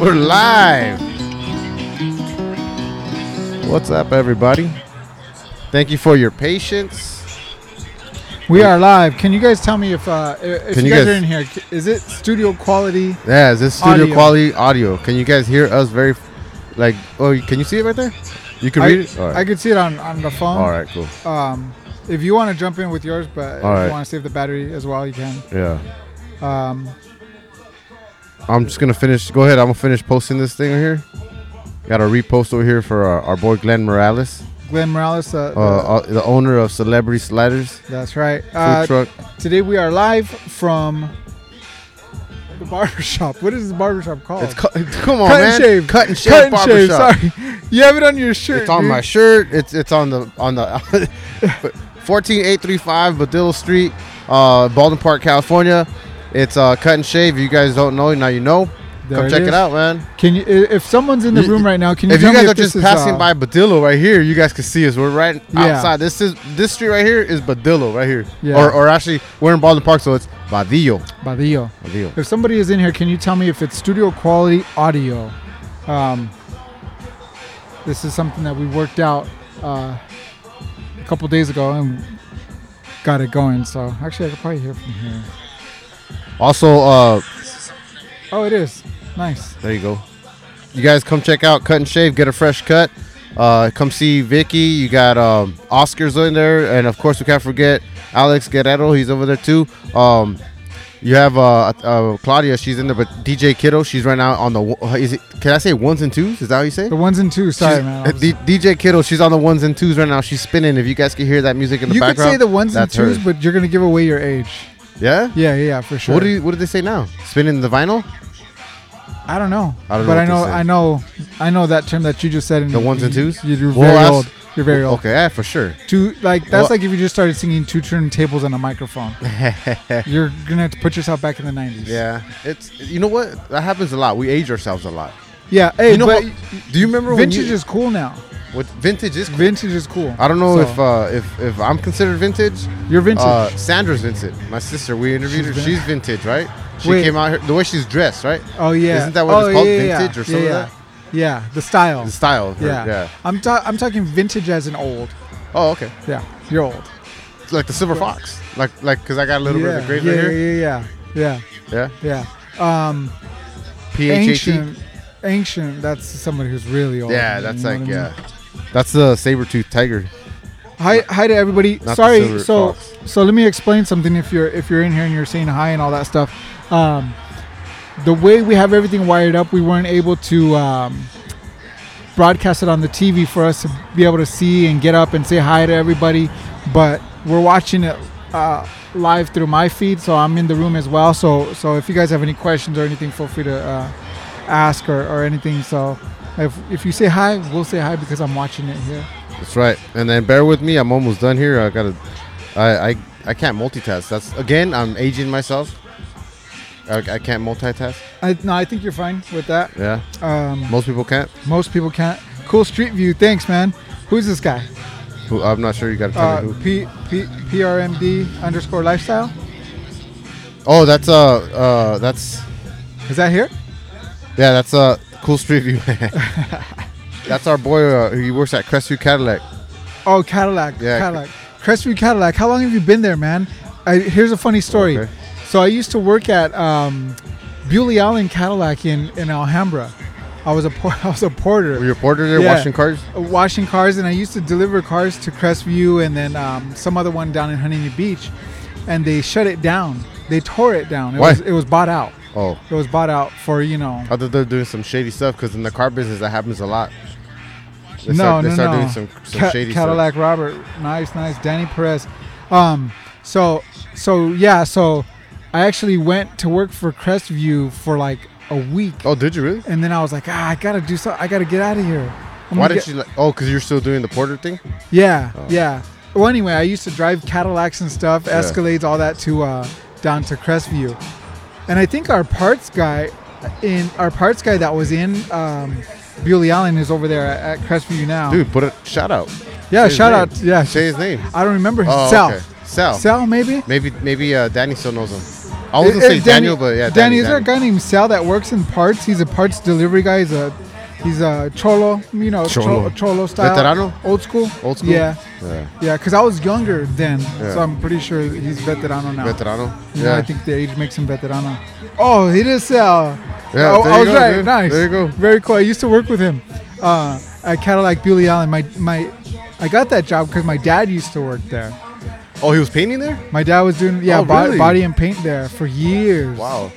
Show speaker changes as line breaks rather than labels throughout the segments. We're live. What's up, everybody? Thank you for your patience.
We are live. Can you guys tell me if uh, i- if
Can
you
you
guys,
guys-
are in here? c- Is it studio quality?
Yeah, is this studio
Audio.
quality audio? Can you guys hear us very, like, oh, can you see it right there? You can
I,
read it? All
I
right,
could see it on, on the phone.
All right cool.
Um, if you want to jump in with yours, but
All
if
right.
you want to save the battery as well, you can.
Yeah.
Um,
I'm just gonna finish. Go ahead. I'm gonna finish posting this thing here. Got a repost over here for our, our boy Glenn Morales,
Glenn Morales. Uh,
uh, uh, the owner of Celebrity Sliders food
that's right. Uh,
truck.
today we are live from the barbershop. What is this barbershop called?
It's cu- come on,
oh. Cut
man.
and shave.
Cut and shave.
Cut and
barber
shave.
shop.
Sorry, you have it on your shirt.
It's on
dude.
my shirt. It's it's on the on the 14835 Badillo Street, uh, Baldwin Park, California. It's uh, cut and shave. If you guys don't know, now you know.
There
Come
it
check
is.
it out, man.
Can you? i- If someone's in the
You-
room right now, can you?
if you
tell me
guys are
this
just
is,
passing
uh,
by Badillo right here, you guys can see us. We're right
Yeah.
outside. This is this street right here is Badillo right here.
Yeah.
Or, or actually, we're in Baldwin Park, so it's Badillo.
Badillo.
Badillo.
If somebody is in here, can you tell me if it's studio quality audio? Um, this is something that we worked out uh, a couple days ago and got it going. So actually, I could probably hear from here.
Also, uh,
Oh, it is nice.
There you go. You guys come check out Cut and Shave. Get a fresh cut. Uh, come see Vicky. You got um, Oscars in there, and of course we can't forget Alex Guerrero. He's over there too. Um, you have uh, uh, Claudia. She's in there, but DJ Kiddo. She's right now on the. wo- Is it? Can I say ones and twos? Is that how you say? it?
The ones and twos. Sorry,
She's-
man. I
uh,
was-
D- DJ Kiddo. She's on the ones and twos right now. She's spinning. If you guys can hear that music in the
you could
background,
say the ones and
that's her.
twos, but you're gonna give away your age.
yeah.
Yeah, yeah, yeah, for sure.
What do you, What did they say now? Spinning the vinyl.
I don't know.
I don't know
but
what
I
to
know,
say.
I know, I know that term that you just said. In
The ones and twos?
You're
Well,
very
that's-
old. You're very old.
Okay, yeah, for sure.
Two like that's
Well-
like if you just started singing two turntables and a microphone. You're gonna have to put yourself back in the nineties.
Yeah, it's you know what that happens a lot. We age ourselves a lot.
Yeah. Hey,
you know
but
what? Do you remember
vintage
when you,
is cool now.
what vintage is? Cool.
Vintage is cool.
I don't know
So,
if uh, if if I'm considered vintage.
you're vintage.
Uh, Sandra's vintage. My sister. We interviewed
She's
her.
vin-
She's vintage, right? She
Wait.
came out here, the way she's dressed, right?
oh yeah.
isn't that what
oh,
it's called?
yeah, yeah,
Vintage
yeah.
or something
Yeah,
like
yeah. Yeah, the style.
The style of her.
yeah.
Yeah.
I'm ta- I'm talking vintage as an old.
Oh, okay.
Yeah. You're old.
It's like the silver fox. Like like because I got a little
yeah.
bit of the gray
yeah,
right here.
yeah. Yeah.
Yeah.
Yeah. Yeah. Um,
PHAT.
ancient. Ancient. That's somebody who's really old.
Yeah,
you
that's
know
like
what I mean?
yeah. That's the saber tooth tiger.
Hi, hi to everybody.
Not the
Sorry.
silver
So,
fox.
so let me explain something. If you're if you're in here and you're saying hi and all that stuff, um, the way we have everything wired up, we weren't able to um, broadcast it on the TV for us to be able to see and get up and say hi to everybody. But we're watching it uh, live through my feed, so I'm in the room as well. So, so if you guys have any questions or anything, feel free to uh, ask or, or anything. So, if if you say hi, we'll say hi because I'm watching it here.
That's right. And then bear with me. I'm almost done here. I gotta. I I, I can't multitask. That's again. I'm aging myself. I, I can't multitask.
I, no, I think you're fine with that.
Yeah.
Um,
Most people can't.
most people can't. Cool street view. Thanks, man. Who's this guy?
Who, I'm not sure. You gotta tell
Uh,
me who.
P, P, PRMD underscore lifestyle.
Oh, that's uh uh that's
Is that here?
yeah that's uh cool street view. that's our boy. Uh, he works at Crestview Cadillac.
Oh, Cadillac.
Yeah.
Cadillac. Crestview Cadillac. How long have you been there, man? I, here's a funny story.
Okay.
So I used to work at um, Beauly Allen Cadillac in, in Alhambra. I was a por- I was a porter.
Were you a porter there
Yeah.
washing cars?
washing cars, and I used to deliver cars to Crestview and then um, some other one down in Huntington Beach, and they shut it down. They tore it down. It
Why?
was it was bought out.
Oh,
It was bought out for you know.
I thought they're doing some shady stuff because in the car business that happens a lot. They
no,
start,
no,
they start
no.
doing some, some
Ca-
shady
Cadillac Robert, nice, nice. Danny Perez. Um, so, so yeah, so I actually went to work for Crestview for like a week,
stuff. Oh, did you really?
and then I was like, ah, I gotta do something. I gotta get out of here. I'm
Why did
gonna get-
you like? Oh, because you're still doing the porter thing.
Yeah,
Oh.
yeah. Well, anyway, I used to drive Cadillacs and stuff, Escalades, all that to uh, down to Crestview, and I think our parts guy, in our parts guy that was in um, Beauly Allen is over there at, at Crestview now.
Dude, put a shout out.
yeah,
Say his
shout
name.
out. Yeah,
Say his name.
I don't remember his
Oh,
Sal.
okay. Sal.
Sal, maybe.
Maybe maybe uh, Danny still knows him. I wasn't
It-
say
it's
Daniel, but yeah,
Danny,
Danny.
is there a guy named Sal that works in parts? He's a parts delivery guy. He's a he's a cholo, you know,
Cholo.
cholo, cholo style,
Veterano?
old school,
Old school?
Yeah,
Yeah.
yeah. Because I was younger then, so
Yeah.
I'm pretty sure he's veterano now.
Veterano.
You know, I think the age makes him veterano. Oh, it is Sal.
Yeah,
oh,
there
I
you
was
go,
right.
dude.
Nice.
There you go.
Very cool. I used to work with him uh, at Cadillac Billy Allen. My my, I got that job because my dad used to work there.
Oh, he was painting there.
My dad was doing yeah
Oh,
bo-
really?
body and paint there for years.
Wow.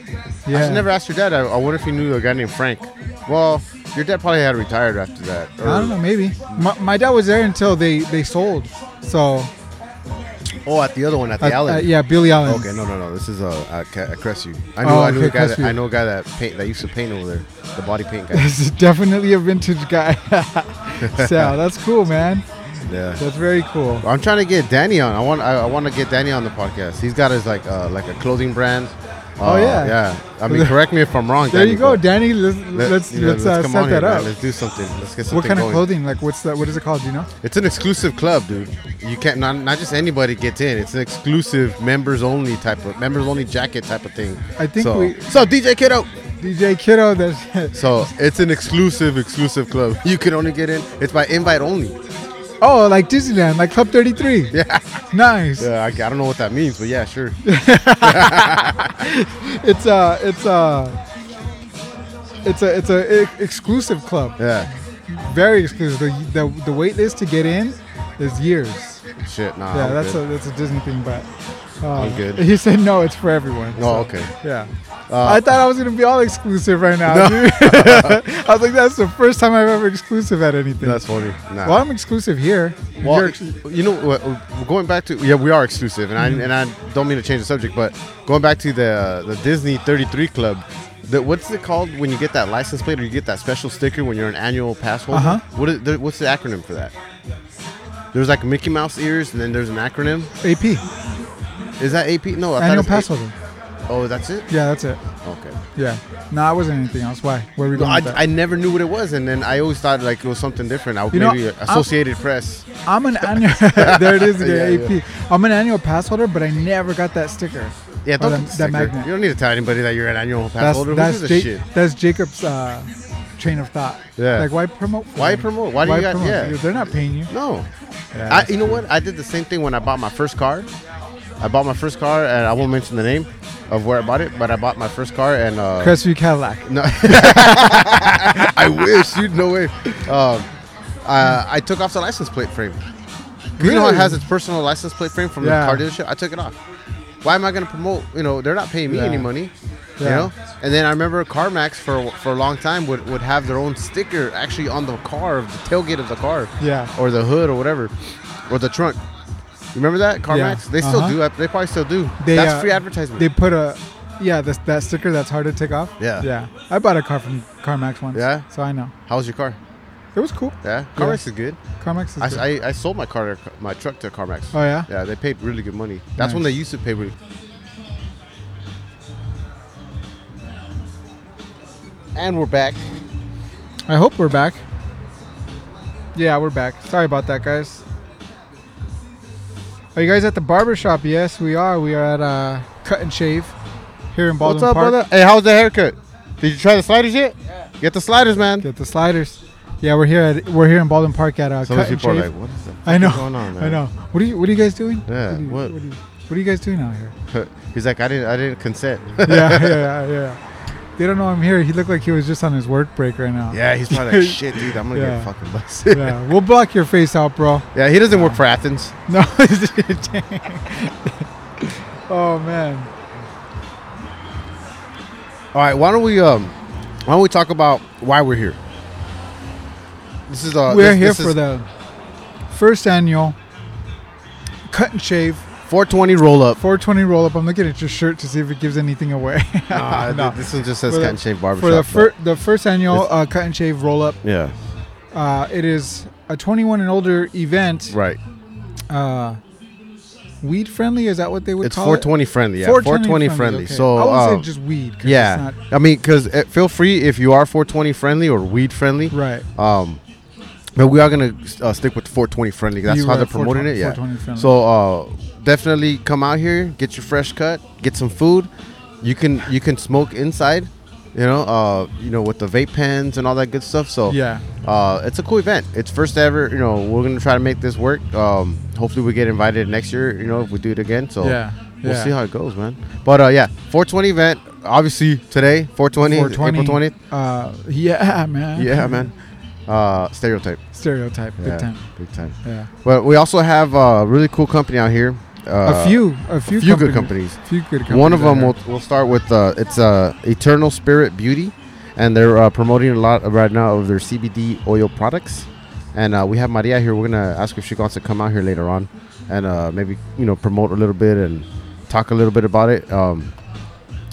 Yeah.
I should never asked your dad. I, I wonder if he knew a guy named Frank. Well, your dad probably had retired after that. or-
I don't know, maybe. My, my dad was there until they, they sold. So,
Oh, at the other one at the
uh,
alley.
uh, yeah, Billy Allen.
Okay, no, no, no. This is uh, at, Ca- at Crestview. I know,
Oh,
I knew
okay,
a guy. That,
Crestview.
I know a guy that paint that used to paint over there, the body paint guy.
This is definitely a vintage guy. so, that's cool, man.
yeah.
That's very cool.
I'm trying to get Danny on. I want I, I want to get Danny on the podcast. He's got his like uh, like a clothing brand.
Oh,
Uh,
yeah.
yeah. I mean, correct me if I'm wrong.
There
Danny,
you go,
but
Danny. Let's let's,
you know,
let's, uh,
come
set
on here,
that
man.
up.
Let's do something. Let's get something
What kind
going.
of clothing? Like, what's that? What is it called? Do you know?
It's an exclusive club, dude. You can't not, not just anybody gets in. It's an exclusive members only type of members only jacket type of thing.
I think
so,
we-
so DJ Kiddo.
DJ Kiddo. That's
So it's an exclusive exclusive club. You can only get in. It's by invite only.
oh, like Disneyland, like Club Thirty Three.
Yeah.
Nice.
Yeah, I, I don't know what that means, but yeah, sure.
It's a it's a it's a it's a ex- exclusive club.
Yeah.
Very exclusive. The, the the wait list to get in is years.
Shit, nah.
Yeah,
I'm
that's
Oh, good.
a that's a Disney thing, but uh,
I'm good.
He said no, it's for everyone.
No,
so,
Oh, okay.
Yeah. I
Uh,
thought I was gonna be all exclusive right now. Dude. I was like, that's the first time I've ever exclusive at anything.
That's funny. Nah.
well, I'm exclusive here. You're
Well,
ex- Mm-hmm.
you know, what, uh, going back to yeah, we are exclusive, and I and I don't mean to change the subject, but going back to the the Disney 33 Club, the, what's it called when you get that license plate or you get that special sticker when you're an annual pass holder?
Uh-huh.
What is, the, what's the acronym for that? There's like Mickey Mouse ears, and then there's an acronym.
AP
Is that AP? No, I thought
annual
it was
pass holder.
A- oh, that's it.
Yeah, that's it.
Okay.
Yeah. No, I wasn't anything else. Why? Where are we
No,
going?
I,
with that?
I never knew what it was, and then I always thought like it was something different. I,
You know,
maybe
I'm-
Associated Press.
I'm an annual. there it is again.
Yeah,
AP. I'm an annual pass holder, but I never got that sticker.
Yeah,
Or
don't get
that,
the
that
sticker.
magnet.
You don't need to tell anybody that you're an annual pass
that's
holder. Who
that's,
gives a
Ja-
shit?
that's Jacob's uh, train of thought.
Yeah.
Like why promote? for
Why
them?
promote? Why do you got-
promote?
yeah.
They're not paying you.
No.
Yeah,
I,
that's
you know what? I did the same thing when I bought my first car. I bought my first car, and I won't mention the name of where I bought it, but I bought my first car, and uh,
Crestview Cadillac.
no, I wish, dude, no way. Um, uh, I took off the license plate frame. 'Cause You know, how it
Really?
has its personal license plate frame from
Yeah.
the car dealership. I took it off. Why am I going to promote? You know, they're not paying me
Yeah.
any money. You
Yeah.
know, and then I remember CarMax for for a long time would, would have their own sticker actually on the car, the tailgate of the car
Yeah.
or the hood or whatever, or the trunk. Remember that CarMax? They still
Uh-huh.
do. They probably still do.
They,
That's
uh,
free advertisement.
They put a yeah this, that sticker that's hard to take off.
Yeah.
Yeah. I bought a car from CarMax once.
Yeah?
So I know.
How's your car?
It was cool.
Yeah,
Yeah.
CarMax is good.
CarMax is.
I,
good.
I, I sold my car, to- my truck to CarMax.
oh yeah.
Yeah, they paid really good money. That's when they
Nice.
used to pay really. And we're back.
I hope we're back. Yeah, we're back. Sorry about that, guys. Are you guys at the barber shop? Yes, we are. We are at uh, Cut and Shave here in Baldwin
What's up,
Park.
brother? Hey, how's the haircut? Did you try the sliders yet? Yeah. Get the sliders, man.
Get the sliders. Yeah, we're here at we're here in Baldwin Park at uh,
Some of
Cut
these
and
people are
Shave.
like, what is the
I know.
fuck going on, man?
I know. What are you What are you guys doing?
Yeah,
What are you,
what-
What, are you, what are you guys doing out here?
He's like, I didn't, I didn't consent.
yeah, yeah, yeah, yeah. They don't know I'm here. He looked like he was just on his work break right now.
yeah, he's probably like, shit, dude, I'm gonna
Yeah.
get fucking busted.
yeah. We'll block your face out, bro.
Yeah, he doesn't work for Athens.
No. oh man.
All right, why don't we um, why don't we talk about why we're here? This is uh,
We're
this-
here
this
for
is
the first annual cut and shave
420 roll up.
420 roll up. I'm looking at your shirt to see if it gives anything away.
Nah,
No.
th- This one just says
For the-
Cat and Shave Barbershop.
for the, fir-
but-
the first annual
It's-
uh, cut and shave roll up,
yeah,
uh, it is a 21 and older event.
right.
Uh, weed friendly? Is that what they would
It's
call
420 friendly.
it?
Yeah, 420, friendly.
okay.
So
I would
um,
say just weed. 'cause
yeah,
It's
I mean, because feel free if you are 420 friendly or weed friendly.
not, right.
Um, but we are gonna uh, stick with 420 friendly. That's
You
how
were
they're
at
promoting it.
420
Yeah.
friendly.
So uh, definitely come out here, get your fresh cut, get some food, you can you can smoke inside, you know, uh, you know with the vape pens and all that good stuff. So
Yeah.
uh, it's a cool event. It's first ever. You know, we're gonna try to make this work. Um, hopefully we get invited next year. You know, if we do it again. So
Yeah,
we'll
yeah.
see how it goes, man. But uh, yeah, 420 event. Obviously today, 420,
420.
April 20th.
Uh, yeah, man.
Yeah, man. Uh, stereotype.
Stereotype,
yeah,
big time.
Big time.
Yeah.
But we also have a really cool company out here. Uh,
a few, a few,
few good companies.
A few good companies.
One of
out
them
here.
we'll, we'll start with uh, it's uh, Eternal Spirit Beauty, and they're uh, promoting a lot right now of their CBD oil products. And uh, we have Maria here. We're gonna ask if she wants to come out here later on, and uh, maybe you know promote a little bit and talk a little bit about it, um,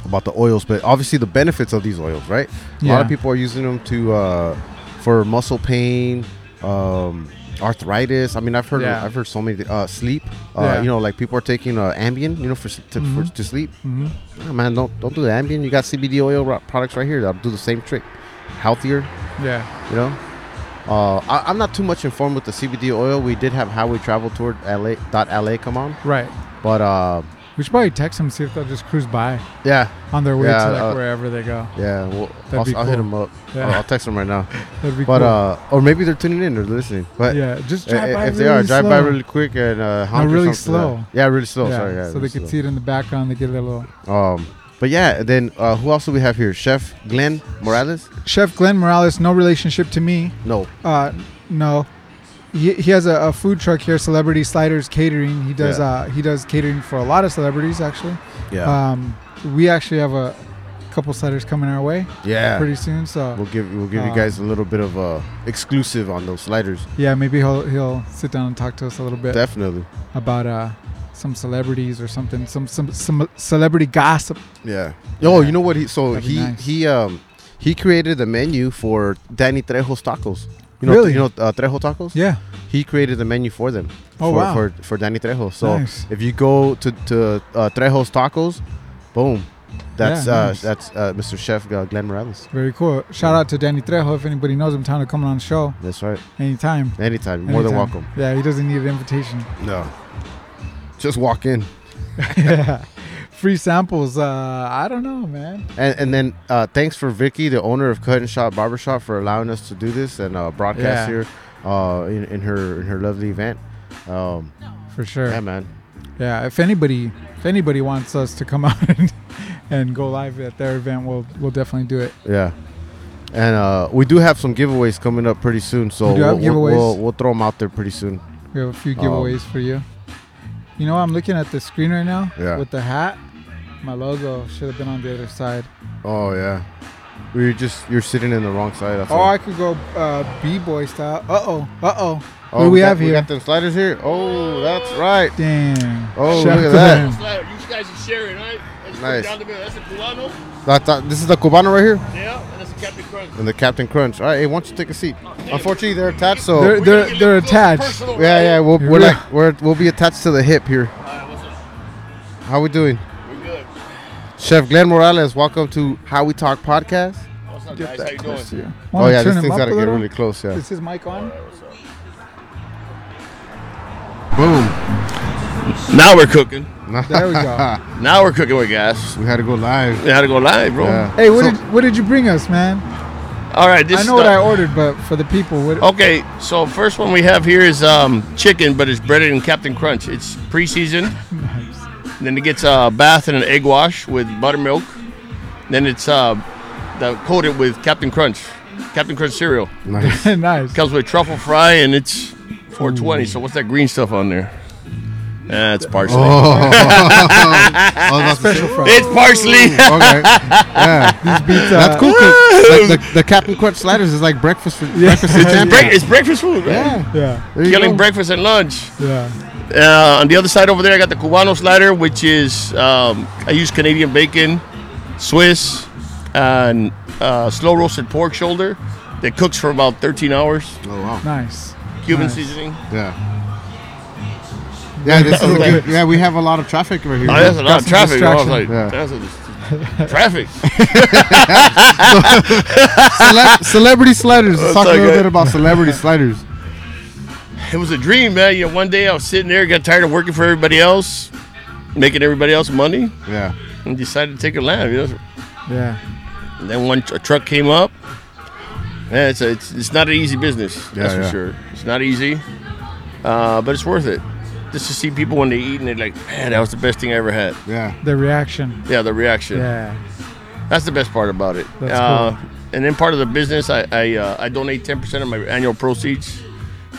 about the oils, but obviously the benefits of these oils, right? A lot of
Yeah.
people are using them to uh, for muscle pain, um, arthritis. I mean, I've heard
Yeah.
I've heard so many uh, sleep. Uh,
Yeah.
You know, like people are taking uh, Ambien, you know, for s- to, for,
Mhm.
to sleep.
Mhm.
Ah, man, don't don't do the Ambien. You got CBD oil ro- products right here that'll do the same trick. Healthier,
Yeah.
you know. Uh, I, I'm not too much informed with the CBD oil. We did have Highway Travel Tour LA dot LA come on,
Right.
but uh,
We should probably text them see if they'll just cruise by
yeah,
on their way
Yeah,
to like
uh,
wherever they go.
yeah. We'll,
That'd
I'll,
be
I'll hit
cool.
them up.
Yeah.
I'll, I'll text them right now.
That'd be
But
cool.
uh, or maybe they're tuning in or they're listening. But
yeah, just
i- i-
drive
if
by
they are,
really
drive by
slow.
really quick and uh, honk or
really
something like that.
slow.
Yeah, really slow. Sorry, yeah,
so they
really
could
slow.
see it in the background. They get a little.
Um, but yeah, then uh, who else do we have here? Chef Glenn Morales?
Chef Glenn Morales, no relationship to me.
No.
Uh, no, he, he has a, a food truck here, Celebrity Sliders Catering. He does
Yeah.
uh, he does catering for a lot of celebrities actually.
Yeah.
Um, we actually have a couple sliders coming our way
yeah.
pretty soon. So
We'll give we'll give you
Uh,
guys a little bit of uh exclusive on those sliders.
yeah, maybe he'll he'll sit down and talk to us a little bit
Definitely.
about uh, some celebrities or something, some some some celebrity gossip.
Yeah. Oh,
Yeah.
you know what? He so
That'd be
he
nice.
he um he created the menu for Danny Trejo's tacos. You know,
Really?
you know uh, Trejo tacos.
Yeah,
He created the menu for them.
Oh,
for,
wow.
for for Danny Trejo. So
Nice.
if you go to to uh, Trejo's tacos, boom, that's
Yeah,
uh,
nice.
that's uh, Mr. Chef uh, Glenn Morales.
very cool. Shout out to Danny Trejo if anybody knows him. Time to come on the show
That's right.
anytime.
Anytime, more than
Anytime.
welcome.
Yeah, he doesn't need an invitation.
No, just walk in.
yeah, free samples. Uh, I don't know, man.
And, and then uh, thanks for Vicky, the owner of Cut and Shot Barbershop, for allowing us to do this and uh, broadcast
Yeah.
here uh, in, in her in her lovely event. Um,
For sure.
yeah,
Yeah.
man.
If anybody, if anybody wants us to come out and, and go live at their event, we'll we'll definitely do it.
Yeah. And uh, we do have some giveaways coming up pretty soon, so
We do have
we'll,
giveaways.
we'll, we'll throw them out there pretty soon.
We have a
Um,
few giveaways for you. You know, I'm looking at the screen right now
Yeah.
with the hat. My logo should have been on the other side.
Oh yeah, we're just you're sitting in the wrong side. That's
Oh,
all.
I could go uh, b-boy style. Uh oh. Uh oh.
Oh,
What do we,
got-
have
We
here?
got them sliders here. Oh, that's right.
Dang.
Oh,
Chef
look at that.
Glenn.
Slayer, you guys are sharing, right? That's
Nice.
Down the middle. That's a Cubano.
That, that- this is the Cubano right here
Yeah, and that's a Captain Crunch.
and the Captain Crunch. All right, hey, why don't you take a seat?
Oh, damn.
Unfortunately, they're attached, so
They're- they're- they're attached.
Yeah, yeah, we'll,
Here
we're
we
like we're, we'll be attached to the hip here.
All right, what's up?
How we doing,
We're good.
Chef Glenn Morales? Welcome to How We Talk podcast.
What's up, guys? How you doing?
Let's see. Wanna
oh yeah,
turn
this
him
thing's
up
gotta
a
get
little?
really close. Yeah,
Is his mic on?
boom.
Now we're cooking.
There we go.
Now we're cooking with gas.
We had to go live.
We had to go live, bro.
Yeah.
Hey, what
So-
did what did you bring us, man?
All right, this
I
is
know what
the-
I ordered, but for the people, what?
Oh.
Okay, so first one we have here is um, chicken, but it's breaded in Captain Crunch. It's pre-seasoned. Then it gets a bath and an egg wash with buttermilk. Then it's uh, the, coated with Captain Crunch, Captain Crunch cereal.
Nice.
nice.
Comes with truffle fry and it's 420. So what's that green stuff on there? Uh, it's parsley.
Oh, that's
Special fries.
It's parsley.
okay. Yeah,
These beats, uh,
that's cool. 'cause, Like the, the Captain Crunch sliders is like breakfast for breakfast for
It's
champions.
Break, it's breakfast food, right?
Yeah,
Yeah,
there you
Killing
go.
breakfast and lunch.
yeah.
Uh, on the other side over there, I got the Cubano slider, which is um, I use Canadian bacon, Swiss, and uh, slow roasted pork shoulder that cooks for about 13 hours.
Oh wow.
Nice.
Cuban
Nice.
seasoning.
Yeah. Yeah, this is
Okay.
good. Yeah, we have a lot of traffic right here.
Oh, that's a lot of
Got some
traffic. I was like,
distraction. Yeah.
that's a, traffic.
Cele- celebrity sliders. Let's
That's
talk a little
okay.
bit about celebrity sliders.
it was a dream, man. You know, one day I was sitting there, got tired of working for everybody else, making everybody else money.
Yeah.
and decided to take a lamb. You know?
Yeah.
And then one a truck came up. Yeah, it's, a, it's it's not an easy business. that's
yeah.
for sure. It's not easy, uh, but it's worth it. Just to see people when they eat and they're like, man, that was the best thing I ever had.
Yeah.
The reaction.
Yeah, the reaction.
Yeah.
That's the best part about it.
That's
uh,
cool.
And then part of the business, I I, uh, I donate ten percent of my annual proceeds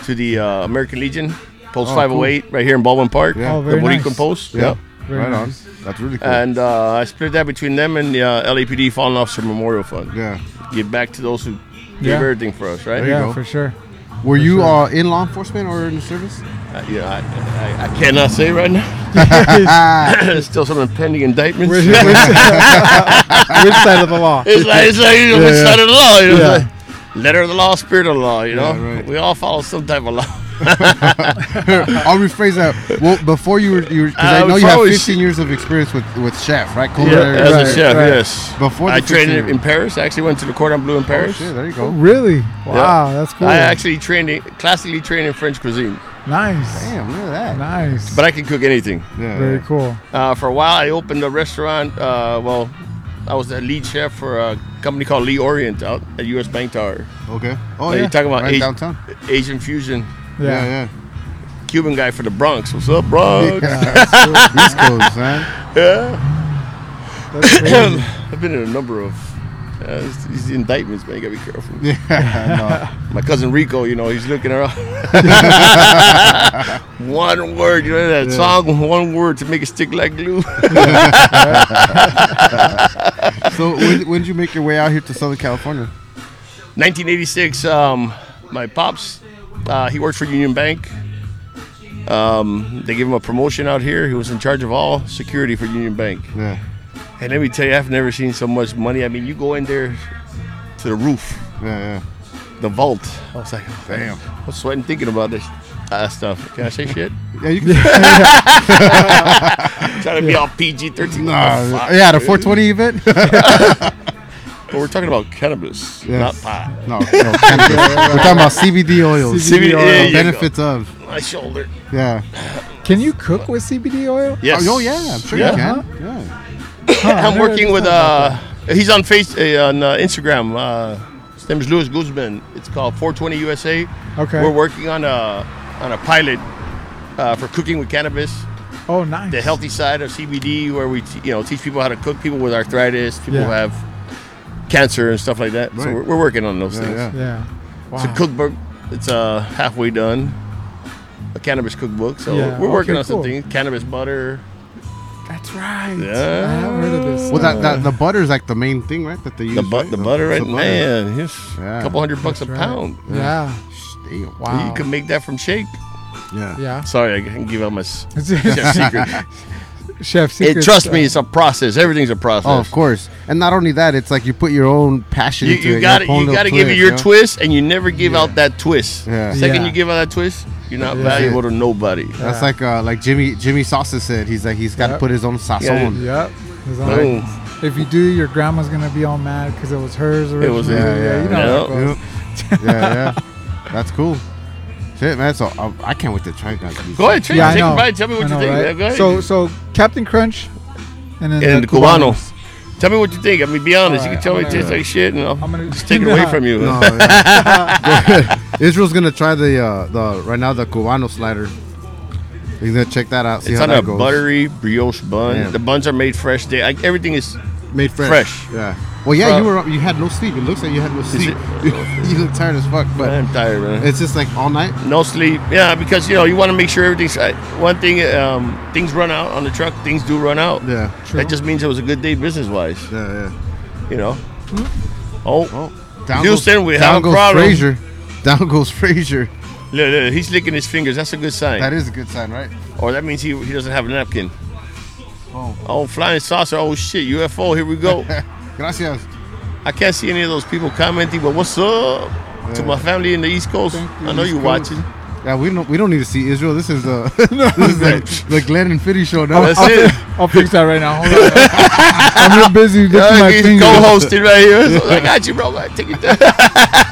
to the uh, American Legion, Post
Oh, cool.
508, right here in Baldwin Park.
Yeah. Oh,
the
very
Borinquen
nice.
Post.
Yeah.
Very
right
nice.
on. That's really cool.
And uh, I split that between them and the uh, LAPD Fallen Officer Memorial Fund.
yeah.
Give back to those who gave
Yeah.
everything for us, right?
There you
Yeah,
go.
for sure.
Were you
sure.
uh, in law enforcement or in the service?
Uh, yeah, I, I, I cannot say right now. There's still some impending indictments.
which,
it's
which- which side of the law?
like, it's like, you know, which
yeah.
side of the law? You know,
Yeah.
it's like letter of the law, spirit of the law, you know?
Yeah, right.
We all follow some type of law.
I'll rephrase that. Well, before you were, you because I
Uh,
know you have
before we-
15 years of experience with with chef, right? Culinary-
as a
right,
chef,
right.
yes.
Before
I
the
trained
15
in, in Paris. I actually went to the Cordon Bleu in
Oh,
Paris.
shit, there you go.
Really? Wow, that's cool.
I actually trained, in, classically trained in French cuisine,
nice.
Damn, look at that.
Nice.
but I can cook anything.
Yeah,
Very
yeah.
cool.
Uh, for a while, I opened a restaurant. Uh, well, I was the lead chef for a company called Lee Orient out at U.S. Bank Tower.
Okay. Oh,
Now,
yeah.
you're talking about
right
Asian-
downtown.
Asian fusion,
Yeah,
Yeah.
yeah.
Cuban guy for the Bronx. What's up, Bronx?
East Coast, man.
Yeah.
That's crazy.
I've been in a number of uh, these- these indictments, man. You gotta be careful.
Yeah,
My cousin Rico, you know, he's looking around. one word, you know that song, one word to make it stick like glue.
no. So when, when did you make your way out here to Southern California?
1986, um, my pops, uh, he worked for Union Bank. Um, they gave him a promotion out here. He was in charge of all security for Union Bank.
Yeah,
And let me tell you, I've never seen so much money. I mean, you go in there to the roof,
yeah,
the vault. I was like,
Damn.
I was sweating thinking about this uh, stuff. Can I say shit?
yeah. Yeah, you can.
Trying to be all PG 13.
Nah, yeah, the 420 event.
But we're talking about cannabis,
Yeah.
not pot.
No, no cannabis. We're talking about CBD oils.
CBD oil. There you go.
benefits of.
My shoulder.
Yeah.
Can you cook with CBD oil?
Yes.
Oh, yeah, I'm sure
Yeah.
you can. Yeah.
Huh, I
I'm
never
working with
thought about
uh, he's on face uh, on uh, Instagram. Uh, his name is Luis Guzman. It's called 420 USA.
that. Okay.
We're working on a on a pilot uh, for cooking with cannabis,
oh, nice.
the healthy side of CBD, where we te- you know teach people how to cook. People with arthritis, people who
Yeah.
have cancer and stuff like that. So
Right.
we're, we're working on those
Yeah,
things.
yeah.
Yeah. Wow.
It's a cookbook. It's uh, halfway done. A cannabis cookbook. So
Yeah,
we're working
okay,
on
cool.
some things. Cannabis butter.
That's right.
Yeah.
I have heard of this. uh,
Well, that, that the butter is like the main thing, right? That they use.
The, bu-
right?
the butter, right? Man, here's
Yeah.
a couple hundred bucks
That's
a
right.
pound.
Yeah.
Damn.
Wow.
You can make that from shake.
Yeah.
Yeah.
Sorry, I can give out my s-
Chef
chef secret.
secret.
It, trust me, it's a process. Everything's a process.
Oh, of course. And not only that, it's like you put your own passion
You,
into it.
you
your
got
own
You
little
got to give it your
you know?
twist, and you never give out that twist.
Yeah.
Second,
Yeah.
you give out that twist, you're not
Yeah.
valuable to nobody.
That's
Yeah.
like uh, like Jimmy Jimmy Salsa said. He's like he's got to
Yep.
put his own sauce
Yeah.
on.
Yep. It's all
Boom.
right. If you do, your grandma's gonna be all mad because it was hers originally.
was-
yeah, yeah,
you know how it
yeah.
goes.
Yep. yeah, yeah. That's cool. Shit, man. So I, I can't wait to try that.
Go ahead, take,
Yeah, I
take
know.
a bite. Tell me
I
what
know,
you think.
right?
man. Go ahead.
So, so Captain Crunch, and then
and
the
the Cubano.
Cubanos.
Tell me what you think. I mean, be honest.
All
you
right,
can tell
I'm
me it
gonna-
tastes like shit, and I'll
I'm gonna-
just take it away
Nah.
from you.
No, yeah. Uh, Israel's gonna try the uh, the right now the Cubano slider. He's gonna check that out. See
It's
how
on
that
a
goes.
buttery brioche bun.
Yeah.
The buns are made fresh. They like, everything is
made fresh.
fresh.
Yeah. Well, yeah,
Bro.
you were you had no sleep. It looks like you had no sleep. you look tired as fuck, but
I'm tired, man.
it's just like all night.
No sleep. Yeah, because you know you want to make sure everything's I- one thing. Um, things run out on the truck. Things do run out.
Yeah.
True.
That just means it was a good day business wise.
Yeah, yeah.
You know. Oh,
Hmm? Oh, down
Houston,
goes,
we have
down
a
goes
problem.
Frazier. Down goes Frazier.
look, look, he's licking his fingers. That's a good sign.
That is a good sign, right?
or that means he, he doesn't have a napkin.
Oh,
Oh, flying saucer. Oh shit, UFO. Here we go.
gracias.
I can't see any of those people commenting, but what's up to my family in the East Coast?
Thank you,
I know
East
you
Coast.
watching.
Yeah, we don't we don't need to see Israel. This is uh this is the, the Glenn and Fitty show. No,
That's it.
I'll fix that right now. Hold on. I'm real busy looking at my
He's
fingers.
co-hosting right here. So I got you, bro. Take it down.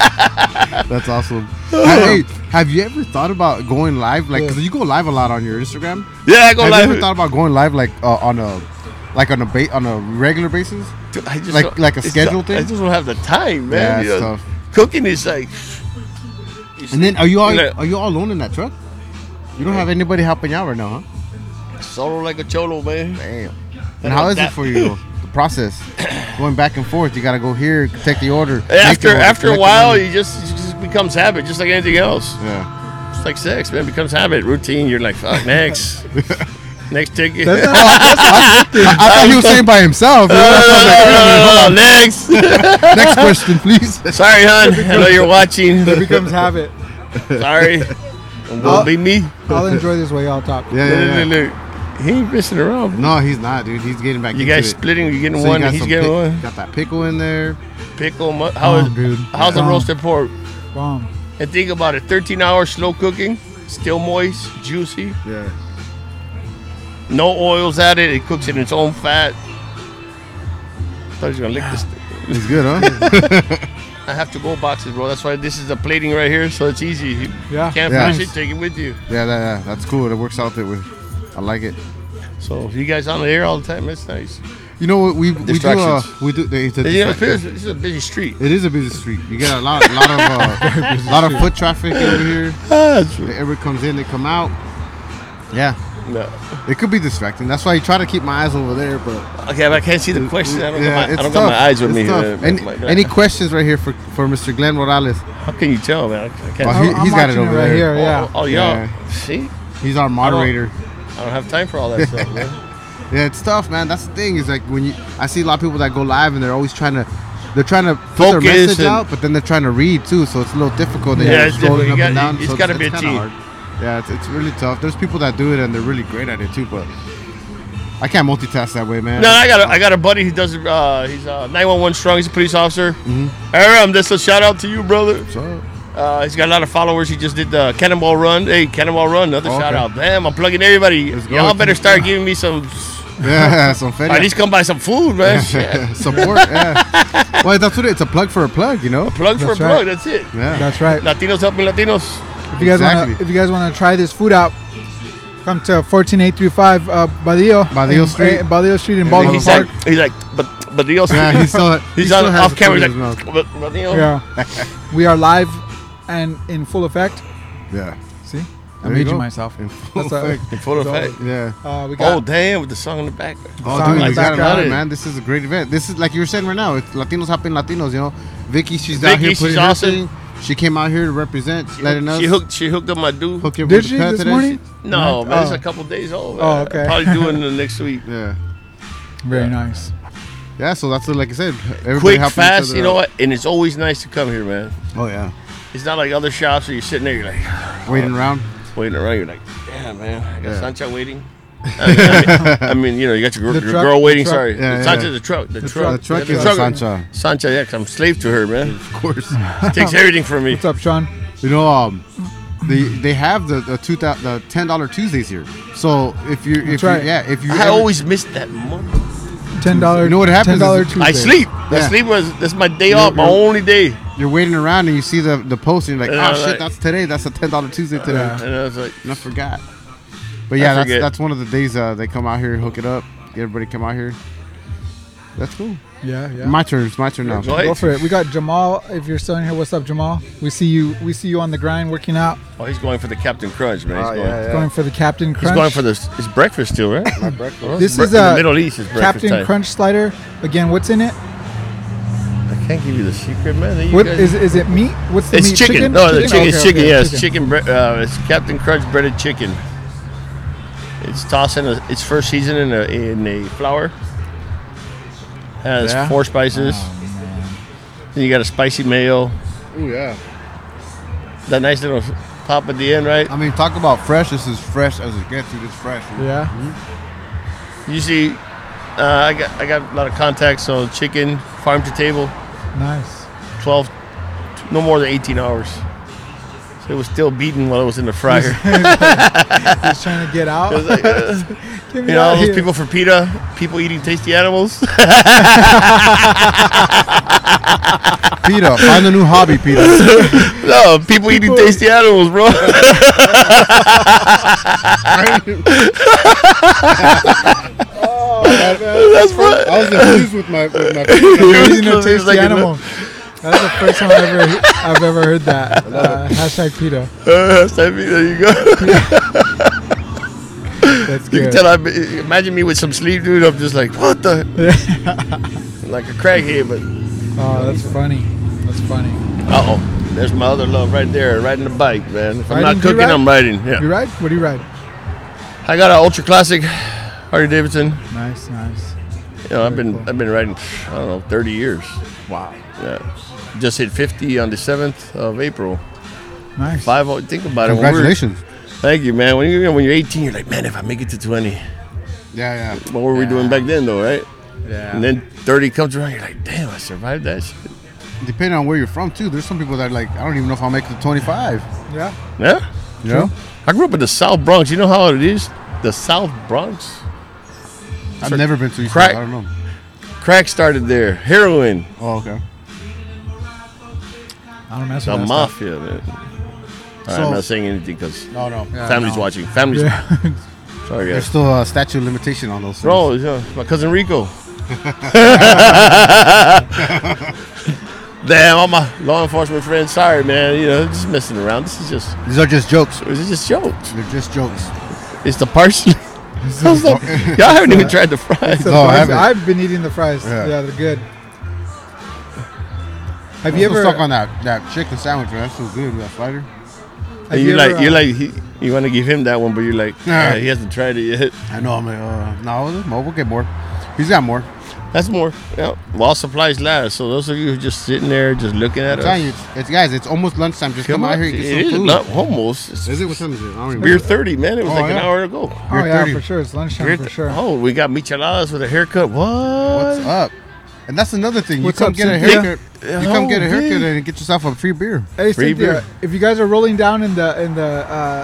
That's awesome. hey, have you ever thought about going live? Like, 'cause you go live a lot on your Instagram.
Yeah, I go
have
live.
you ever thought about going live, like uh, on a like on a ba- on a regular basis?
Dude, I just
Like-
don't-
like a
it's
schedule
tou- I
thing?
just don't have the time, man.
Yeah,
You
it's
know,
tough.
Cooking is like.
And then are you all
Yeah.
are you all alone in that truck? You don't have anybody helping you out right now, huh?
solo like a cholo, man.
Damn.
And
And how
like
is
that-
it for you? though? The process, going back and forth. You gotta go here, take the order. make the
After
order,
after a
collect the
while,
money.
you just it just becomes habit, just like anything else.
yeah.
It's like sex, man. It becomes habit, routine. You're like, fuck, next, next ticket.
That's
No,
not how that's how I
I, I thought he was saying by himself. you know?
no, no, no, next.
Next question, please.
Sorry, hon. I know you're watching.
it becomes habit.
Sorry. Won't be me.
I'll enjoy this way I'll talk.
Uh, Yeah,
Look,
yeah,
look,
yeah.
look. He ain't messing around.
No, he's not, dude. He's getting back.
You
into
guys
it.
splitting. You're getting
So you
one.
got
He's
some
getting
pic-
one.
Got that pickle in there.
Pickle. mu- How is,
Bomb, dude.
How's the
Bomb.
roasted pork?
Bomb.
And think about it. 13 hours slow cooking. Still moist, juicy.
Yeah.
No oils added. It cooks in its own fat. Thought you gonna lick this.
It's good, huh?
I have to go boxes, bro. That's why this is the plating right here, so it's easy. You
Yeah.
can't
Yeah.
finish it, take it with you.
yeah, that, yeah, that's cool. It works out that way. I like it.
So you guys on the air all the time. That's nice.
You know what? We we do uh,
Distractions.
we do. It's a
You know,
distraction.
this this is a busy street.
It is a busy street. You get a lot, lot of, uh, lot of foot traffic over here. Everybody comes in, they come out. Yeah,
No.
it could be distracting. That's why you try to keep my eyes over there, but
Okay, but I can't see the question. I don't,
yeah,
got, my, I
it's
don't got my
tough.
eyes with
It's
me. uh,
tough.
here.
Any,
My-
any questions right here for, for Mr. Glenn Morales?
how can you tell, man? I can't.
Oh,
I'm,
he-
I'm
he's got it
watching
over
right
there.
here.
oh,
Yeah.
oh, yeah. See,
He's our moderator.
I don't have time for all that stuff. Man.
Yeah, it's tough, man. That's the thing. Is like when you, I see a lot of people that go live and they're always trying to, they're trying to put their
Focus
message
and-
out, but then they're trying to read too, so it's a little difficult. Then
Yeah,
you're
it's difficult.
scrolling
You
up and
gotta-
down,
it's
so
gotta be a
kinda
team.
hard. Yeah, it's, it's really tough. There's people that do it and they're really great at it too, but I can't multitask that way, man.
No, I got a, I got a buddy who does. Uh, he's uh, 911 strong. He's a police officer.
Mm-hmm.
Aram, that's a shout out to you, brother.
So,
Uh, he's got a lot of followers. He just did the Cannonball Run. Hey, Cannonball Run, another
Oh, Okay.
shout out. Damn, I'm plugging everybody.
Let's go.
Y'all better start giving me some.
yeah, some fed
At least come buy some food, man. Shit.
support. Yeah. well, that's what it, it's a plug for a plug, you know.
Plug for
That's
a plug.
right.
That's it.
Yeah.
That's right.
Latinos helping Latinos.
If you guys want to,
Exactly.
if you guys want to try this food out, come to 14835 uh, Badillo.
Badillo
in-
Street.
eh, Badillo Street in
And
Baldwin
he's
Park.
like, he's like, but but he also
yeah, he's still he
he's
still
on
has
off
the food
camera.
in
He's
his
like,
mouth.
but Latino.
yeah. we are live and in full effect.
yeah.
See, I
There
made
go.
you myself.
In full
That's all right.
effect.
In full
So-
effect.
Yeah.
Uh, we
Oh
got
damn, with the song in the back.
Oh,
Sound
dude,
like
we got
that
it, love
guy.
it, man. This is a great event. This is like you were saying right now. It's Latinos helping Latinos. You know, Vicky, she's out
Vicky,
here
she's
putting
awesome.
her thing. She came out here to represent, letting us
She hooked she hooked up my dude.
hook you up
Did
with the
she
cut
this
today.
morning?
No,
Right?
man, it's
Oh.
a couple days old.
Oh,
man.
okay.
Probably doing the next week.
Yeah,
very nice.
yeah. So that's what, like I said, everybody
Quick,
helping each
fast,
other
you know
out.
what? And it's always nice to come here, man.
Oh yeah,
It's not like other shops where you're sitting there, you're like
waiting around.
waiting around, you're like, damn, man, I got
Yeah.
Sancha waiting. I mean, I mean- I mean, you know, you got your,
The
gr- your
truck,
girl
the
waiting.
truck.
Sorry,
Yeah,
the
yeah.
Sancha, the truck, the, truck,
The truck
the
is a Sancha,
Sancha, yeah, i I'm slave to her, man.
of course.
She takes everything from me.
What's up, Sean?
you know, um, they they have the the, two, thou- the ten dollar Tuesdays here. So if you if
That's
you,
right.
yeah if you
I
ever-
always miss that month.
Ten dollars.
You know what happens
Ten dollar
is-
Tuesday.
I sleep.
Yeah.
I sleep was that's my day
You're-
off, my
you're-
only day.
you're waiting around and you see the the post and you're like,
Yeah,
oh shit,
like-
that's today. That's a ten dollar Tuesday today.
Yeah.
And I was like,
And I forgot. But yeah, that's
forget.
that's one of the days uh, they come out here, hook it up, get everybody come out here. That's cool.
Yeah, yeah.
My turn. It's my turn now.
Go
Go
ahead.
for it. We got Jamal. If you're still in here, what's up, Jamal? We see you. We see you on the grind, working out,
Oh, he's going for the Captain Crunch, man. He's,
Oh,
going,
yeah, yeah.
going for the Captain
he's
Crunch.
going for this. It's breakfast too, right?
breakfast.
This
Bre-
is
in the
a
Middle East is breakfast
Captain
time.
Crunch slider. Again, what's in it?
I can't give you the secret, man. You
What
guys-
is? Is it meat? What's the
It's
meat?
chicken. No, the chicken. It's
Okay,
chicken.
okay,
yeah, it's chicken. bre- Uh, it's Captain Crunch breaded chicken. It's tossed in a, its first season in a in a flour. Has
Yeah?
four spices.
Oh,
then you got a spicy mayo.
Oh yeah.
That nice little pop at the end, right?
I mean, talk about fresh. This is fresh as it gets. Dude, it's fresh.
Yeah.
Usually, uh, I got I got a lot of contacts. So chicken, farm to table,
Nice.
twelve, no more than eighteen hours. So it was still beating while it was in the fryer.
He's trying to get out.
It was like, uh,
Get me
you know, all
out
those
here.
people for PETA, people eating tasty animals.
Peter, find a new hobby, Peter.
no, people eating
People-
tasty animals, bro.
Oh, man.
That's what.
I was confused with my with my.
was
Raising a
close, it was
tasty
like a
animal. That's the first time I've ever, I've ever heard that. Uh, hashtag PETA.
Uh, so, I mean, there you go.
That's
You can
good.
tell. I imagine me with some sleeve, dude. I'm just like, what the? like a crackhead, but
Oh, that's funny. That's funny.
uh oh, there's my other love right there, riding the bike, man. If I'm
Riding,
not
you
cooking,
ride?
I'm riding. Yeah,
You ride? What do you ride?
I got an ultra classic, Harley Davidson.
Nice, nice.
You know, I've been
cool.
I've been riding, I don't know, 30 years.
Wow.
Yeah, just hit 50 on the 7th of April.
Nice.
Five. oh, Think about it. when we were-
Congratulations.
Thank you, man. When you when you're 18, you're like, man, if I make it to 20,
Yeah, yeah.
what were we doing back then, though, right?
Yeah.
And then 30 comes around, you're like, damn, I survived that shit.
Depending on where you're from too, there's some people that are like I don't even know if I'll make it to 25.
yeah.
Yeah.
You know,
I grew up in the South Bronx. You know how it is? The South Bronx.
I've never been to. East
Crack.
Side, I don't know.
Crack started there. Heroin.
Oh, okay.
I don't mess
The
with that stuff.
mafia, man. All right,
So-
I'm not saying anything because
No, no. Yeah,
family's
no.
watching. Family's.
Yeah.
Sorry,
There's
guys.
still a statute of limitation on those.
Bro, yeah, my cousin Rico. Damn, all my law enforcement friends. Sorry, man. You know, just messing around. This is just,
things. These are just jokes.
this is just jokes.
They're just jokes.
It's the parsley. I was like, y'all haven't even tried the fries.
So
No, I
fries-
haven't.
I've been eating the fries.
Yeah.
Oh, Yeah, they're good. Have
I'm
you
still
ever?
stuck on that that chicken sandwich? Man. That's so good. That fighter.
have
And you're
ever,
like, you're
uh,
like, he, you want to give him that one, but you're like,
Nah.
"Ah, he hasn't tried it yet.
I know. I'm like, uh, no, no, we'll get more. He's got more.
That's more. Yeah, while supplies last. So those of you who just sitting there, just looking at
I'm
us,
telling you, it's, it's guys. It's almost lunchtime. Just come,
come
out
on,
here.
it
and Get
is
some food.
not almost. It's,
Is it what time is it? I don't even
we were thirty, man. It was
Oh,
like an
yeah.
hour ago.
Oh
you're
yeah,
30.
for sure. It's lunchtime
We're
for
th-
sure.
Oh, we got micheladas with a haircut. What?
What's up? And that's another thing. You
What's
come
up,
get a
Cynthia?
haircut.
Yeah.
You come get a
Oh,
haircut
man.
and get yourself a free beer.
Hey
Free
Cynthia,
beer.
if you guys are rolling down in the in the uh,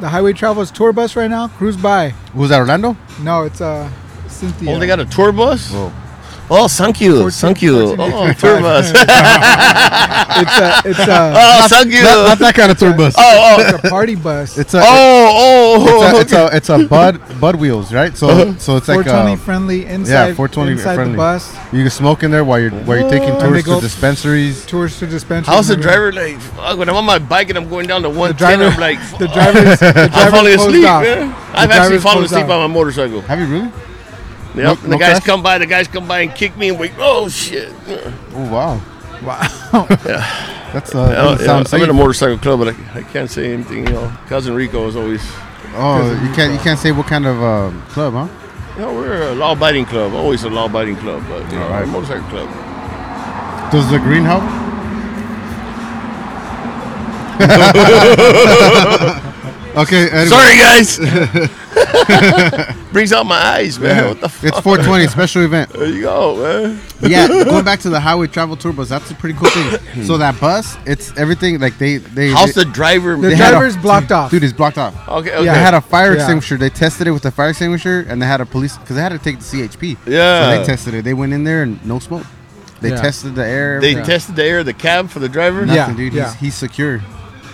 the highway travels tour bus right now, cruise by.
Was that Orlando?
No, it's uh Cynthia.
Oh, they got a tour bus.
Whoa.
Oh, thank you,
14
thank you.
14
Oh, tour bus.
it's a it's a,
oh, thank you.
Not, not that kind of tour bus.
oh, oh,
it's a party bus.
It's a
oh, oh. Uh-huh.
it's a, it's a, it's a bud bud wheels, right? So so it's like
420
uh,
friendly inside.
420
inside
friendly.
the bus.
you can smoke in there while you're while you're taking
What?
And they
tours
go-
to dispensaries.
Tours to dispensaries.
How's the
and
driver like? Fuck, when I'm on my bike and I'm going down to
The
110,
driver.
I'm like, fuck,
the driver's. The driver's
I'm falling
closed
asleep,
off.
man.
The
I've actually
driver's
fallen
closed
asleep
off.
on my motorcycle. Yep.
Have you really?
and the
no
guys
crash?
come by, the guys come by and kick me and wait, oh shit.
Oh wow,
Wow.
that's uh, that
Yeah,
doesn't
yeah,
sound
I'm in
safe.
a motorcycle club, but I, I can't say anything. You know, cousin Rico is always.
oh, you can't you can't say what kind of um, club, huh?
You know, we're a law-abiding club. Always a law-abiding club, but you know,
Alright.
a motorcycle club.
Does the green help? okay. Anyway.
Sorry, guys. Brings out my eyes, man.
Yeah.
What the
It's
fuck?
420 special event.
There you go, man.
yeah, going back to the highway travel tour bus, that's a pretty cool thing. so that bus, it's everything like they they
How's
they-
the driver?
The
they
man?
had a-
driver's blocked off.
dude is blocked off.
okay, okay.
They had a fire
Yeah.
extinguisher. They tested it with a fire extinguisher, and they had a police because they had to take the CHP. so
Yeah.
they tested it. They went in there and no smoke. They
Yeah.
tested the air.
they
everything.
tested the air, of the cab for the driver.
nothing,
Yeah,
dude.
yeah.
He's, he's secure.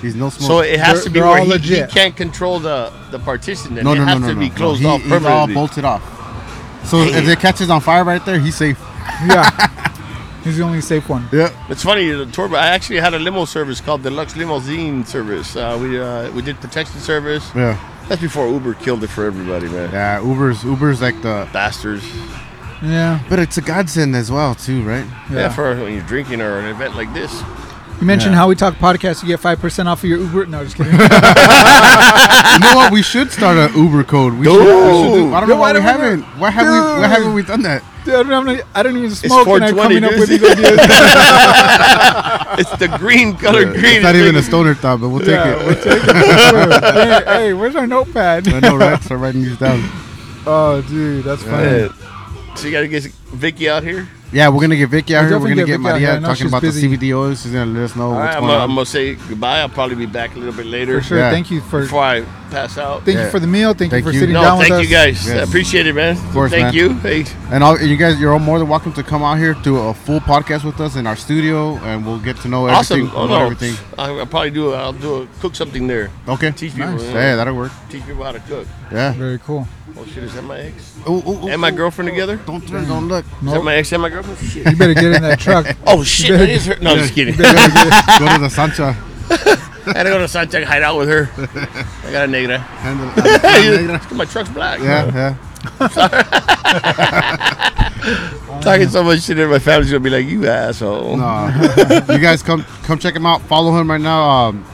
He's no smoke.
So it has
They're-
to be
they're
where
all
he, he
legit.
can't control the, the partition. Then
no,
it
no, no,
has
no,
to
no,
be
no.
closed
He-
off
he's all
permanently.
bolted off. So
Damn.
if it catches on fire right there, he's safe.
Yeah. He's the only safe one.
Yeah.
It's funny, the tour. I actually had a limo service called Deluxe Limousine Service. Uh, we uh, we did protection service.
Yeah.
That's before Uber killed it for everybody, man.
Yeah. Uber's Uber's like the.
Bastards.
Yeah.
But it's a godsend as well, too, right?
Yeah. for when you're drinking or an event like this.
You mentioned how we talk podcast. You get five percent off of your Uber. No, just kidding.
you know what? We should start an Uber code. We should, we should do, I don't
Dude,
know why we
why don't we do-
haven't. Why have we? Why
Dude.
haven't we done that?
Dude, I, don't have any, I don't even smoke, and I'm
420,
coming up
dude.
with these ideas.
It's the green color green.
It's not
is
even a
making-
stoner thought, but we'll
Yeah,
take
we'll
it.
take it. hey, hey, where's our notepad?
I know, right? Start writing these down.
Oh, dude, that's funny.
Yeah. So you gotta get Vicky out here.
Yeah, we're gonna get Vicky out
We'll
here. We're gonna get
definitely get Vicky out here. I
Maria
know
talking
she's
about
busy.
the CBD oils. She's gonna let us know
All right,
what's
I'm,
going
gonna- I'm
on.
gonna say goodbye. I'll probably be back a little bit later
For sure.
Yeah.
Thank you for
before I pass out.
thank
Yeah.
you for the meal. Thank,
Thank
you for
you.
sitting
no,
down with
thank
us.
you guys.
Yes.
I appreciate it, man. Of
course,
thank
man.
you. Hey,
And all, you guys, you're all more than welcome to come out here to a full podcast with us in our studio, and we'll get to know everything.
awesome. Oh
about
no,
everything.
I, will probably do. I'll do a, cook something there.
Okay.
Teach people,
nice.
yeah.
Yeah, that'll work.
Teach people how to cook.
Yeah.
Very cool.
Oh shit, is that my ex?
Ooh, ooh, ooh,
And my
ooh.
girlfriend together? Is
Don't turn, don't look.
that
Nope.
my ex and my girlfriend? Shit.
You better get in that truck.
Oh shit, that is her. No, I'm just kidding.
go to the Sancha.
I had to go to Santiago hide out with her. I got a negra.
Handle,
My truck's black.
yeah, yeah.
Talking so much shit, my family's gonna be like, "You asshole."
No. you guys come come check him out. Follow him right now. Um,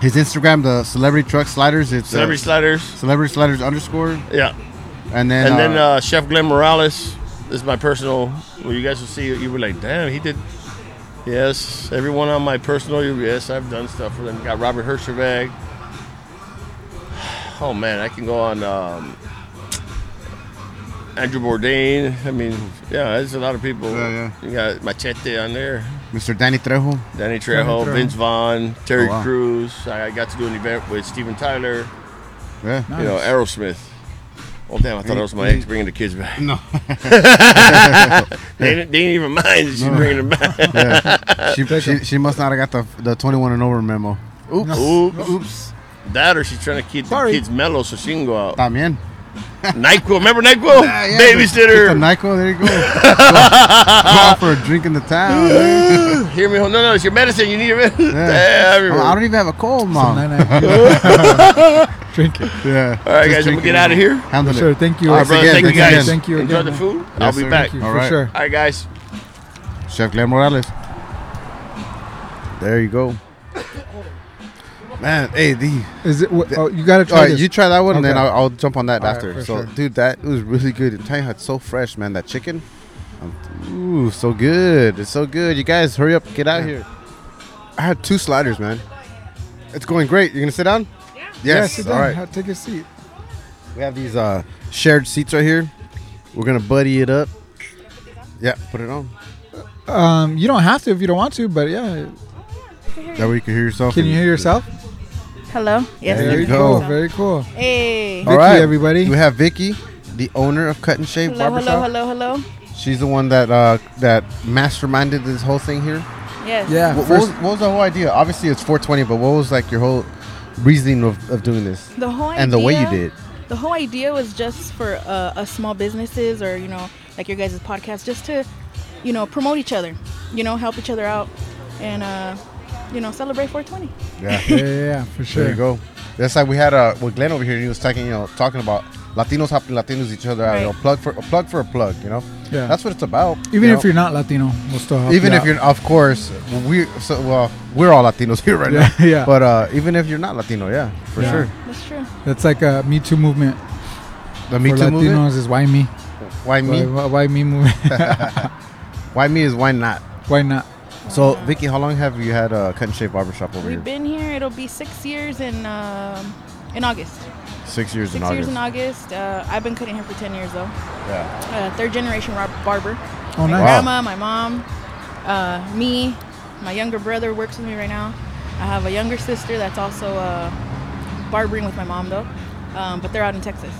his Instagram, the Celebrity Truck Sliders. It's uh,
Celebrity sliders.
Celebrity Sliders underscore.
Yeah.
And then
And then uh, Chef Glenn Morales is my personal. Well, you guys will see. You were like, "Damn, he did." Yes, everyone on my personal. Yes, I've done stuff for them. Got Robert Hershevag. Oh man, I can go on. Um, Andrew Bourdain. I mean, yeah, there's a lot of people.
Yeah, yeah.
You got Machete on there.
Mr. Danny Trejo.
Danny Trejo,
Trejo.
Vince Vaughn, Terry
Oh, wow.
Crews. I I got to do an event with Steven Tyler,
Yeah.
No.
you know,
Nice.
Aerosmith. Oh, damn, I thought that was my ex bringing the kids back.
No.
They, didn't, they didn't even mind that she's bringing them back.
Yeah. She, she, she must not have got the the 21 and over memo. Oops.
Oops.
Oops.
That or she's trying to keep
Sorry.
the kids mellow so she can go out.
También.
NyQuil, remember NyQuil?
Yeah, yeah, Get the
Babysitter.
Nyquil, there you go. go. out for a drink in the town. eh?
Hear me? No, no, it's your medicine. You need your medicine.
Yeah.
Damn,
I don't even have a cold, mom.
Night, night. Drink it.
Yeah.
All right, guys, I'm gonna get out of here.
Handle
Sure.
it.
Thank you.
All right,
Thanks
brother.
again,
Thank
thanks
you guys.
again.
Thank you
Enjoy
again,
the
man.
food.
Yes,
I'll be
sir.
back.
Thank you
All
All
for
right.
sure.
right, guys.
Chef Glenn Morales. There you go. Man, hey, the,
Is it? wh- Oh, you gotta
all
try
right,
this.
you try that one, and then
Okay.
I'll, I'll jump on that
All right,
after.
for
so,
sure.
dude, that was really good. And Tiny Hut's so fresh, man. That chicken, um, ooh, so good. It's so good. You guys, hurry up, get out here. I had two sliders, man. It's going great. You're gonna sit down? Yeah.
yeah,
Yes.
sit
all
down.
right.
Ha- Take a seat.
We have these uh, shared seats right here. We're gonna buddy it up. Yeah, put it on.
Um, you don't have to if you don't want to, but yeah.
That way you can hear yourself.
Can you hear yourself?
Hello. Yes.
There
I
you
can.
go.
Cool. Very cool.
Hey.
Vicky, everybody.
We have Vicky, the owner of Cut and Shave
Hello. Hello.
Barbershop.
Hello. Hello.
She's the one that uh, that masterminded this whole thing here.
Yes.
Yeah.
What, what was,
first-
what was the whole idea? Obviously, it's 420, but what was like your whole reasoning of, of doing this?
The whole idea,
And the way you did.
The whole idea was just for uh, us small businesses or you know like your guys' podcast, just to you know promote each other, you know help each other out, and uh, you know celebrate 420.
Yeah.
yeah, yeah, yeah, for sure.
There you go. That's like we had uh, with Glenn over here. He was talking, you know, talking about Latinos helping Latinos each other out. You know,
Right.
plug for a plug for a plug. You know,
Yeah.
that's what it's about.
Even
you
if
know?
you're not Latino, we'll still help
even
you
if
out.
you're of course we so well we're all latinos here right
Yeah,
now
yeah.
but uh even if you're not latino yeah for
Yeah.
sure
That's true.
That's like a Me Too movement.
the me
for
too
Latinos
movement
is why me?
why
Why,
me
why, why me movement?
why me is why not
why not?
so vicky how long have you had a uh, cut and shave barbershop over
We've
here
been here. It'll be six years in um in August.
six years in
Six years
august
in August. Uh, I've been cutting hair for 10 years though.
yeah
Uh, third generation bar- barber.
Oh,
my
nice.
Wow.
grandma, my mom, uh, me, my younger brother works with me right now. I have a younger sister that's also uh, barbering with my mom though, um, but they're out in Texas.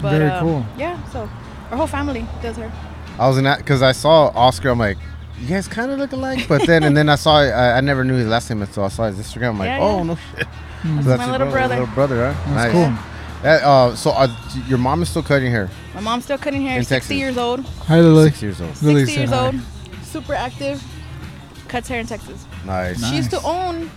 But,
Very
um,
cool.
Yeah, so our whole family does her.
i was in that because i saw oscar i'm like you guys kind of look alike but then and then i saw I, I never knew his last name until i saw his instagram i'm like
Yeah,
oh
yeah.
no shit
Mm.
So
my
your
little brother.
little brother huh
That's cool.
that, uh, so uh, your mom is still cutting hair
My mom's still cutting hair,
In
60
Texas.
years old.
Hi, Lily.
six years old
Lily
60 years
said hi.
old, super active, cuts hair in Texas.
nice
She used to
Nice.
own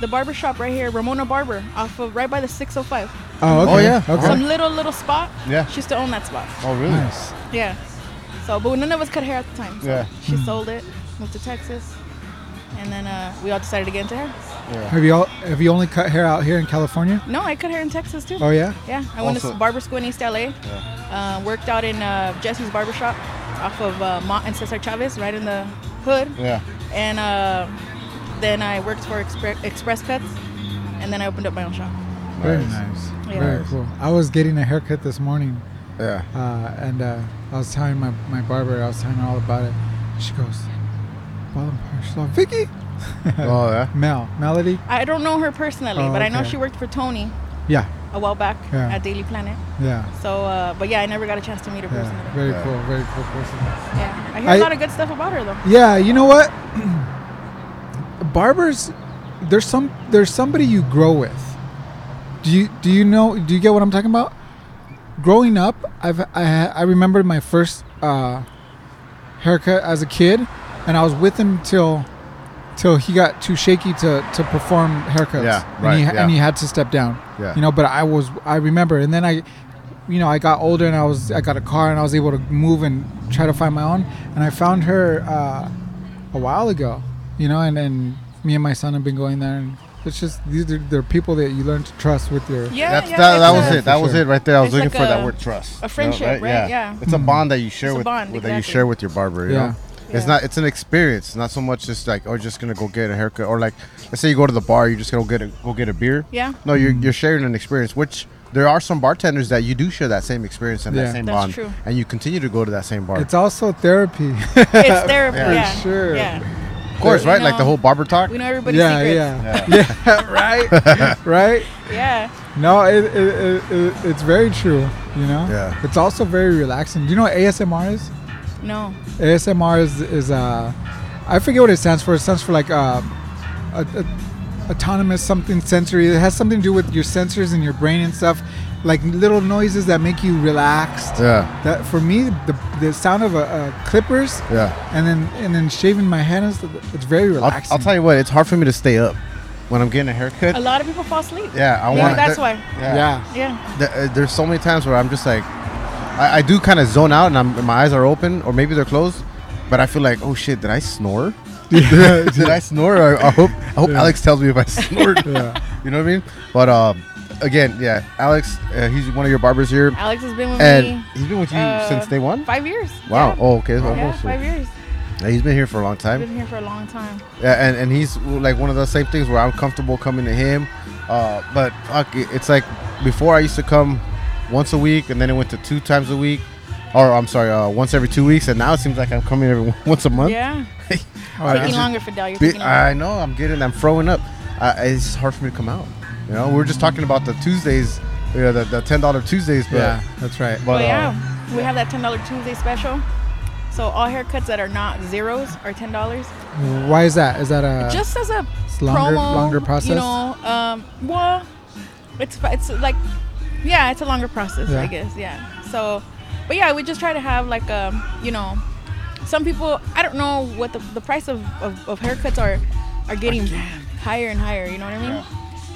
the barber shop right here, Ramona Barber, off of right by the 605.
Oh, okay.
Oh, yeah.
Okay.
Some little little spot.
Yeah.
She used to own that spot.
oh really
Nice.
Yeah. So, but none of us cut hair at the time. So
Yeah.
She sold it, moved to Texas, and then uh, we all decided to get into hair.
Have you all, have you only cut hair out here in California?
No, I cut hair in Texas too.
Oh yeah.
Yeah, I went
Also-
to barber school in East LA. Uh, worked out in uh, Jesse's barbershop off of uh, Mont and Cesar Chavez, right in the hood.
yeah
And uh, then I worked for Expre- Express Cuts, and then I opened up my own shop.
Very nice.
Yeah.
Very
Nice.
cool. I was getting a haircut this morning,
Yeah.
uh, and uh, I was telling my, my barber, I was telling her all about it. She goes, "Well, I'm partial on Vicky."
Oh yeah.
Mel, Melody.
I don't know her personally,
Oh,
but I know
okay.
she worked for Tony
Yeah.
a while back
Yeah.
at Daily Planet.
Yeah.
So, uh, but yeah, I never got a chance to meet her
Yeah.
personally.
Very
Yeah.
cool. Very cool person.
Yeah, I hear
I-
a lot of good stuff about her though.
Yeah, you know what? Barbers, there's some there's somebody you grow with. Do you do you know do you get what I'm talking about? growing up, I've I, ha- I remember my first uh, haircut as a kid, and I was with him till till he got too shaky to to perform haircuts.
Yeah,
And he,
right,
and
yeah.
he had to step down.
Yeah.
You know, but I was I remember, and then I, you know, I got older and I was I got a car and I was able to move and try to find my own, and I found her uh, a while ago. You know, and and me and my son have been going there and. It's just these are they're people that you learn to trust with your
Yeah,
That's,
yeah,
that, that
it's uh,
was
a-
it. That
For
was
sure.
it right there. I was
It's
looking
like
for
a-
that word trust.
a friendship, right? Yeah.
It's a bond that you share
It's a
with,
bond,
with- that you
exactly.
share with your barber. You
Yeah.
know?
Yeah.
It's not. It's an experience. Not so much just like oh, just gonna go get a haircut or like let's say you go to the bar, you just gonna go get a go get a beer.
Yeah.
No, you're you're sharing an experience, which. There are some bartenders that you do share that same experience and
Yeah.
that same
That's
bond,
true.
and you continue to go to that same bar.
It's also therapy.
It's therapy.
Yeah.
yeah. yeah.
Sure.
of course,
we
right? Like the
know-
whole barber talk.
We know everybody's
yeah,
secrets.
yeah, yeah, Right, right.
Yeah.
No, it, it, it, it, it's very true. You know.
Yeah.
It's also very relaxing. Do you know what ASMR is?
No.
ASMR is is uh, I forget what it stands for. It stands for like uh, a, a, autonomous something sensory. It has something to do with your sensors and your brain and stuff, like little noises that make you relaxed.
Yeah,
That for me, the, the sound of a, uh clippers,
yeah.
and then and then shaving my head is it's very
I'll,
relaxing.
I'll tell you what. It's hard for me to stay up when I'm getting a haircut.
A lot of people fall asleep.
Yeah, I
Yeah,
want.
that's why.
yeah.
Yeah.
Th- uh, there's so many times where I'm just like, I, I do kind of zone out and I'm, and my eyes are open or maybe they're closed, but I feel like, oh shit, did I snore? did I snore? Or, I hope I hope Alex tells me if I snored.
Yeah.
You know what I mean? But um, again, yeah, Alex, uh, he's one of your barbers here,
Alex has been with
and
me
he's been with you
uh,
since day one.
five years.
Wow.
Yeah.
Oh, okay.
yeah,
Almost.
five years.
Yeah, he's been here for a long time.
I've been here for a long time.
Yeah, and, and he's like one of the same things where I'm comfortable coming to him. Uh, but fuck, it- it's like before I used to come once a week, and then it went to two times a week, or I'm sorry, uh, once every two weeks, and now it seems like I'm coming every once a month.
Yeah.
Oh, yeah.
Is
Taking
it
longer, Fidel. You're
Bi-
taking longer.
I know I'm getting, I'm throwing up. I, it's just hard for me to come out. You know, we are just talking about the Tuesdays, you know, the, the ten dollar Tuesdays, but
Yeah, that's right.
but
But
uh,
yeah, we have that ten dollar Tuesday special. So all haircuts that are not zeros are ten dollars.
Why is that? Is that a
Just as a
It's longer-
promo,
longer process?
You know, um, well, it's fi- it's like, yeah, it's a longer process,
Yeah.
I guess. Yeah. So, but yeah, we just try to have like um, you know, some people. I don't know what the, the price of, of, of haircuts are are getting higher and higher. You know what I mean?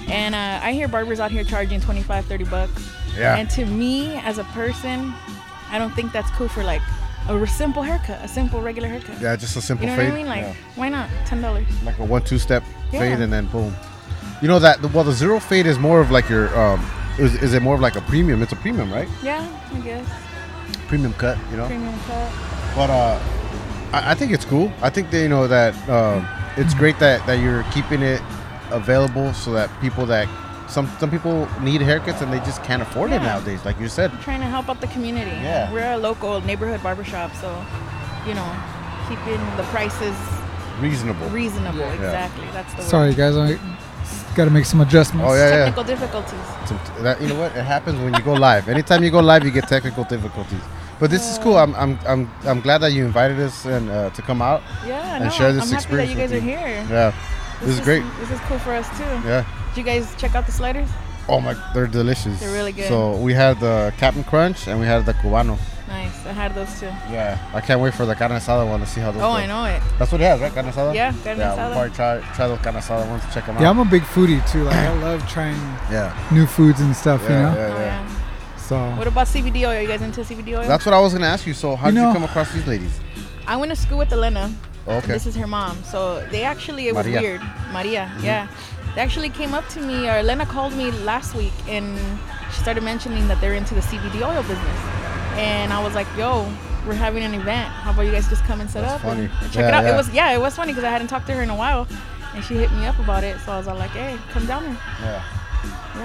And uh, I hear barbers out here charging 25, 30 bucks.
Yeah.
And to me, as a person, I don't think that's cool for like a r- simple haircut, a simple regular haircut.
yeah, just a
You
simple
know what
fade,
I mean? Like,
yeah.
why not ten dollars?
like a one-two step
Yeah.
fade, and then boom. You know that well, the zero fade is more of like your um, is, is it more of like a premium? It's a premium, right?
Yeah, I guess.
Premium cut, you know.
Premium cut.
But uh, I, I think it's cool. I think that you know that um, it's great that that you're keeping it available so that people that some some people need haircuts and they just can't afford it
Yeah.
nowadays, like you said.
Trying to help out the community.
Yeah.
We're a local neighborhood barbershop, so you know, keeping the prices
Reasonable.
reasonable.
Yeah.
Exactly. That's the
Sorry,
word.
guys. I got to make some adjustments.
Oh, yeah.
Technical difficulties.
Some- that- you know what? It happens when you go live. Anytime you go live, you get technical difficulties. But this is cool. I'm, I'm, I'm, I'm glad that you invited us and uh, to come out.
Yeah.
And
no,
share this
I'm happy that
experience
you guys
with
are
you.
here.
Yeah, this, is great.
This is cool for us too.
Yeah.
Did you guys check out the sliders?
Oh my, they're delicious.
They're really good.
So we had the Captain Crunch and we had the Cubano.
Nice. I had those too.
Yeah. I can't wait for the carne asada one to see how those.
Oh,
go.
I know it.
That's what it has, right? Carne asada.
Yeah, carne
yeah,
asada.
We'll probably try try those carne asada ones. Check them
Yeah,
out.
I'm a big foodie too. Like I love trying
Yeah.
new foods and stuff.
Yeah,
you know.
yeah,
Oh,
yeah.
yeah. What
So
about CBD oil? Are you guys into CBD oil?
That's what I was gonna ask you. So how
You
did
know-
you come across these ladies? Oh,
I went to school with Elena.
Okay.
And this is her mom. So they actually, it was
Maria. Mm-hmm.
weird. Maria, yeah. They actually came up to me, or Elena called me last week, and she started mentioning that they're into the CBD oil business. And I was like, yo, we're having an event. How about you guys just come and set
That's
up and
funny.
check it
Yeah,
out?
yeah.
It was, yeah, it was funny because I hadn't talked to her in a while. And she hit me up about it. So I was all like, hey, come down here.
Yeah.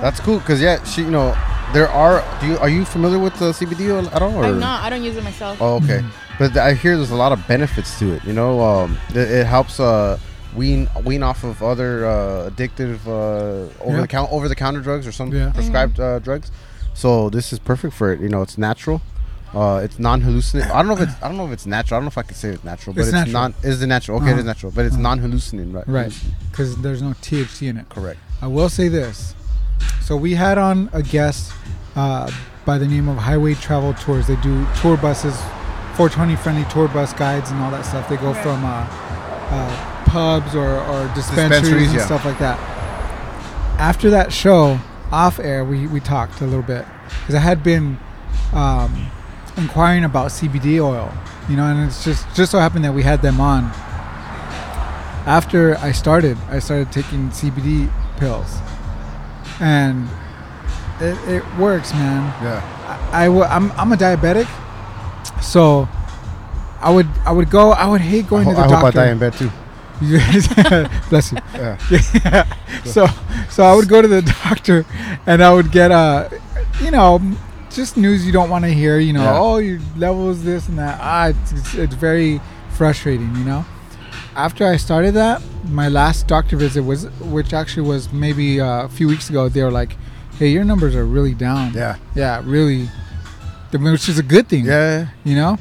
That's cool, cause yeah, she you know there are. Do you are you familiar with the CBD oil at all? Or?
I'm not, I don't use it myself.
Oh, okay.
Hmm.
But I hear there's a lot of benefits to it. You know, um, it, it helps uh, wean wean off of other uh, addictive uh, over the count over the counter drugs or some
Yeah.
prescribed uh, drugs. So this is perfect for it. You know, it's natural. Uh, it's non hallucinating. I don't know if it's I don't know if it's natural. I don't know if I can say it's natural, but
It's
it's,
natural.
non. Is it natural? Okay, it is
Uh-huh.
natural, but it's non hallucinating, right?
right, because there's no THC in it.
Correct.
I will say this. So we had on a guest uh, by the name of Highway Travel Tours. They do tour buses, 420 friendly tour bus guides, and all that stuff. They go
Right.
from uh, uh, pubs or, or dispensaries,
Dispensaries,
and
yeah.
stuff like that. After that show, off air, we, we talked a little bit because I had been um, inquiring about CBD oil, you know, and it's just just so happened that we had them on. After I started, I started taking CBD pills, and it, it works, man.
Yeah.
I w- I'm, I'm a diabetic, so I would I would go. I would hate
I,
going
ho-
to the
I hope I
doctor.
die in bed too.
Bless you.
Yeah.
so so I would go to the doctor, and I would get uh, you know, just news you don't want to hear. You know,
Yeah.
oh your levels this and that. Ah, it's, it's, it's very frustrating. You know. After I started that, my last doctor visit was, which actually was maybe uh, a few weeks ago. They were like, "Hey, your numbers are really down."
Yeah.
Yeah, really. I mean, Which is a good thing.
Yeah.
You know,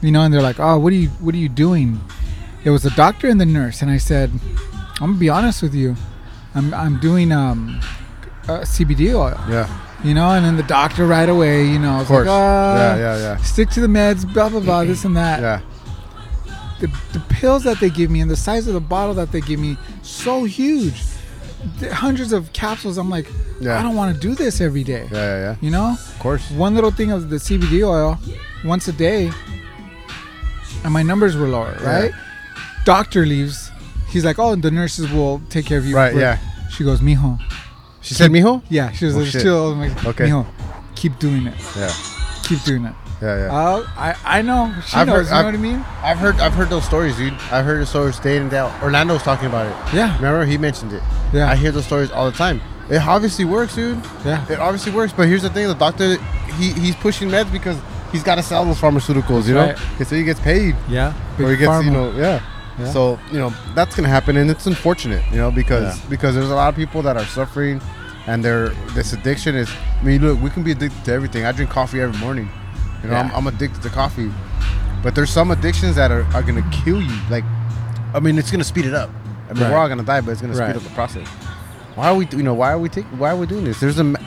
you know, and they're like, "Oh, what are you, what are you doing?" It was the doctor and the nurse, and I said, "I'm gonna be honest with you, I'm, I'm doing um, uh, CBD oil."
Yeah.
You know, and then the doctor right away, you know,
Of
was
course.
like, "Ah,
yeah. Yeah. Yeah.
stick to the meds, blah blah blah, this and that."
Yeah.
The, the pills that they give me and the size of the bottle that they give me so huge, The hundreds of capsules. I'm like,
Yeah.
I don't want to do this every day.
Yeah. Yeah. yeah.
You know,
Of course.
one little thing of the CBD oil once a day, and my numbers were lower,
Yeah.
right? Doctor leaves. He's like, oh, the nurses will take care of you.
Right,
But
yeah.
She goes, mijo.
She said, "Mijo."
Yeah, she was
Oh,
like,
shit.
still, I'm like,
Okay.
mijo, keep doing it.
Yeah.
Keep doing it.
Yeah. Yeah.
Uh, I, I know. She
I've heard-
knows, you
I've-
know what I mean?
I've heard I've heard those stories, dude. I've heard the stories day in and day out. Orlando's talking about it.
Yeah.
Remember he mentioned it.
Yeah.
I hear those stories all the time. It obviously works, dude.
Yeah.
It obviously works. But here's the thing, the doctor he, he's pushing meds because he's gotta sell those pharmaceuticals, you know?
That's
And so he gets paid.
Yeah.
Or he gets you know, yeah.
Yeah.
So, you know, that's gonna happen and it's unfortunate, you know, because because there's a lot of people that are suffering and their this addiction is I mean look, we can be addicted to everything. I drink coffee every morning. You know,
Yeah.
I'm, I'm addicted to coffee. But there's some addictions that are, are gonna kill you. Like, I mean, it's gonna speed it up. I mean,
Right.
we're all gonna die, but it's gonna
Right.
speed up the process. Why are we, you know, why are we taking, why are we doing this? There's a, ma-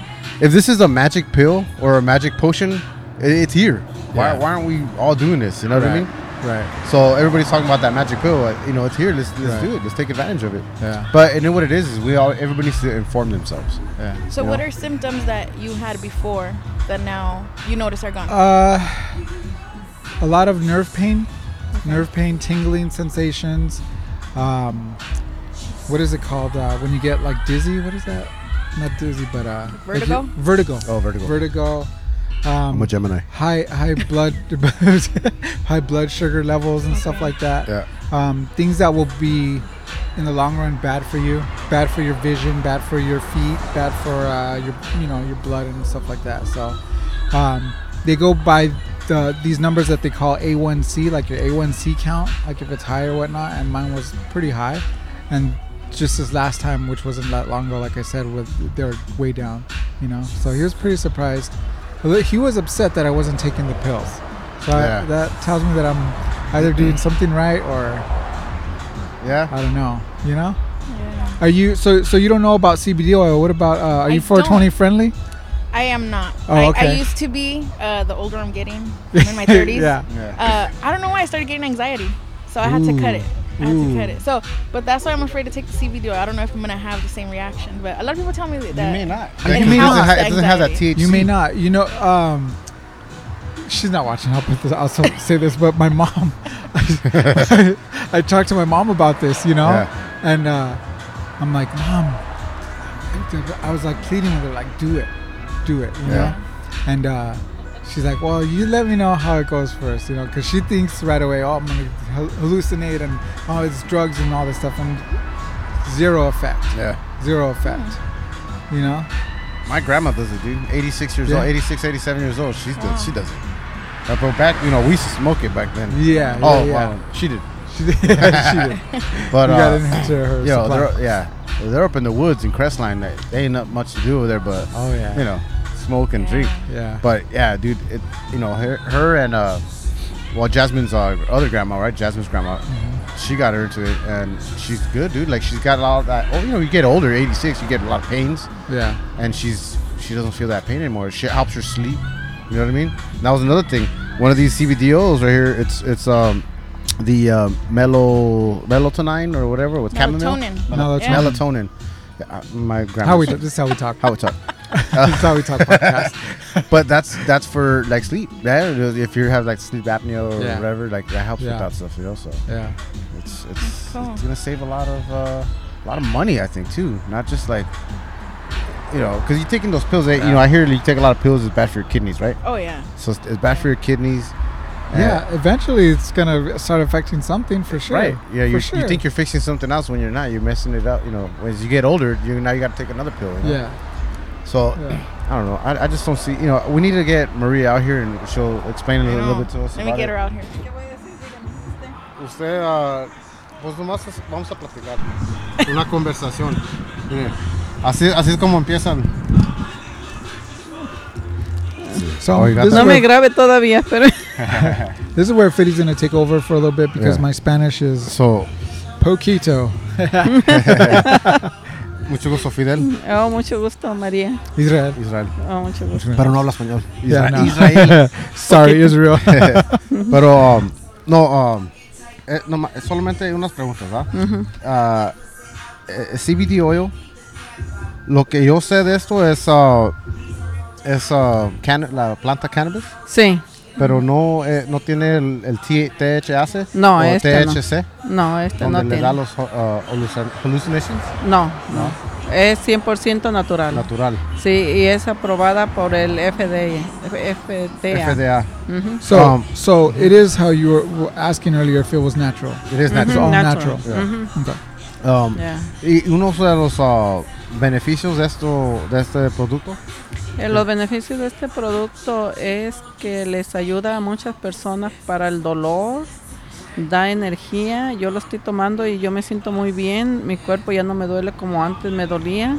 if this is a magic pill or a magic potion, it, it's here. Why,
Yeah.
why aren't we all doing this? You know what I mean?
Right.
So everybody's talking about that magic pill. like, You know, it's here. Let's let's
Right.
do it. Let's take advantage of it.
Yeah.
But and then what it is is we all everybody needs to inform themselves.
Yeah.
So, what
Yeah.
are symptoms that you had before that now you notice are gone?
Uh, a lot of nerve pain, nerve pain, tingling sensations. Um, what is it called uh, when you get like dizzy? What is that? Not dizzy, but uh, like you-
Vertigo?
vertigo.
Oh, vertigo.
Vertigo.
I'm a
Um,
Gemini.
high high blood high blood sugar levels and stuff like that.
Yeah.
Um, things that will be in the long run bad for you, bad for your vision, bad for your feet, bad for uh, your you know your blood and stuff like that. So um, they go by the these numbers that they call A1C, like your A1C count, like if it's high or whatnot. And mine was pretty high, and just this last time, which wasn't that long ago, like I said, with they're way down, you know. So he was pretty surprised. He was upset that I wasn't taking the pills. So I-
Yeah. Mm-hmm.
that tells me that I'm either doing something right or
Yeah.
I don't know. You know?
Yeah.
Are you so so you don't know about CBD oil? What about uh, are
I
you 420 friendly?
I am not.
Oh,
I, I
okay.
used to be. Uh, the older I'm getting, I'm in my 30s.
yeah.
Yeah.
Uh, I don't know why I started getting anxiety, so I had to cut it. I had
Ooh.
to cut it. So, but that's why I'm afraid to take the CBD. oil. I don't know if I'm gonna have the same reaction, but a lot of people tell me that.
not. it,
mean,
doesn't
how-
ha- it doesn't have that
anxiety.
THC.
You may not. You know, um, she's not watching. I'll put this. I'll so- say this, but my mom. I, talked to my mom about this. You know,
Yeah.
and uh, I'm like, mom. I was like pleading with her, like, do it, do it. You
Yeah.
know, and uh, she's like, well, you let me know how it goes first. You know, because she thinks right away, oh, I'm gonna hal- hallucinate and oh, it's drugs and all this stuff, and zero effect,
Yeah.
zero effect. You know.
My grandma does it, dude. 86 years
Yeah. Oh.
old, 86, 87 years old. She does. She does it. Uh, But back, you know, we used to smoke it back then.
Yeah.
Oh,
yeah, yeah.
wow. She did.
She did. she did.
But
We got
uh,
into her
yo,
supply.
they're, yeah, they're up in the woods in Crestline. They, they ain't not much to do over there, but
Oh, yeah.
you know, smoke and drink.
Yeah.
But yeah, dude, it, you know, her, her and uh, well, Jasmine's uh, other grandma, right? Jasmine's grandma,
Mm-hmm.
she got her into it, and she's good, dude. Like she's got a lot of that. Oh, you know, you get older, 86, you get a lot of pains,
yeah.
and she's she doesn't feel that pain anymore. She helps her sleep. You know what I mean? And that was another thing. One of these CBD oils right here. It's it's um the um mellow melatonin or whatever with chamomile.
Melatonin.
Melatonin.
Yeah.
Melatonin. Yeah, I- my grandma.
How we
said-
talk, this is how we talk.
how it's up.
this is how we talk podcast.
but that's that's for like sleep. Yeah, if you have like sleep apnea or
Yeah.
whatever, like that helps
Yeah.
with that stuff. You know, so
Yeah.
it's it's,
Cool.
it's gonna save a lot of uh, a lot of money, I think, too. Not just like you know, because you're taking those pills. That, You know, I hear you take a lot of pills. It's bad for your kidneys, right?
Oh yeah.
So it's, it's bad for your kidneys. Uh,
Yeah. Eventually, it's gonna start affecting something for sure.
Right. Yeah.
For
You,
sure.
you think you're fixing something else when you're not. You're messing it up. You know, as you get older, you now you got to take another pill. you know?
Yeah.
So
Yeah.
I don't know. I, I just don't see. You know, we need to get Maria out here and she'll explain it a little
No.
bit to us.
Let me
about
get
it.
her out here.
Usted, ah, pues nomás es- vamos a platicar. Una conversación. Mire, Así, así es como empiezan.
So
Oh, you got
this,
that.
is
No me
where,
grabe todavía, pero
this is where Fiddy's gonna take over for a little bit because
Yeah.
my Spanish is
So,
poquito.
mucho gusto, Fidel.
oh, mucho gusto, María.
Israel.
Israel.
Oh, mucho gusto.
Pero no habla español.
Yeah, no.
Israel.
Sorry, Israel.
Pero, um, no, um, eh, noma- solamente unas preguntas, ¿verdad? Ah, eh, CBD oil. Lo que yo sé de esto es, ah, es ah, can- la planta cannabis.
Sí,
Pero no, eh, no tiene el, el T- THC.
No,
o
esta no.
THC.
no, este
Donde
no
le da
tiene.
los ah, hallucin- hallucinations.
No, no. Es 100% natural.
Natural.
Sí, y es aprobada por el FDA. F- FDA.
FDA.
Ujú.
So,
Um,
so it is how you were- were asking earlier if it was natural.
It is
It's
Mm-hmm. natural.
all natural. Mm-hmm.
Natural.
Okay.
Um,
Yeah.
Y uno de los ah, beneficios de, esto, de este producto.
Eh, Los beneficios de este producto es que les ayuda a muchas personas para el dolor, da energía. Yo lo estoy tomando y yo me siento muy bien. Mi cuerpo ya no me duele como antes me dolía.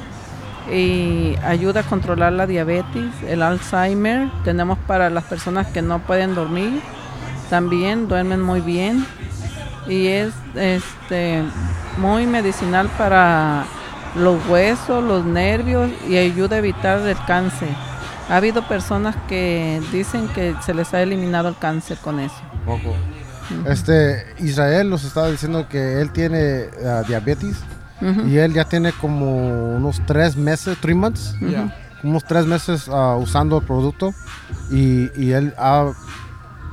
Y ayuda a controlar la diabetes, el Alzheimer. Tenemos para las personas que no pueden dormir. También duermen muy bien. Y es este, muy medicinal para los huesos, los nervios y ayuda a evitar el cáncer. Ha habido personas que dicen que se les ha eliminado el cáncer con eso.
Poco. Este, Israel nos estaba diciendo que él tiene ah, diabetes
Ujú.
y él ya tiene como unos tres meses, three months,
Yeah.
unos tres meses ah, usando el producto y, y él ha,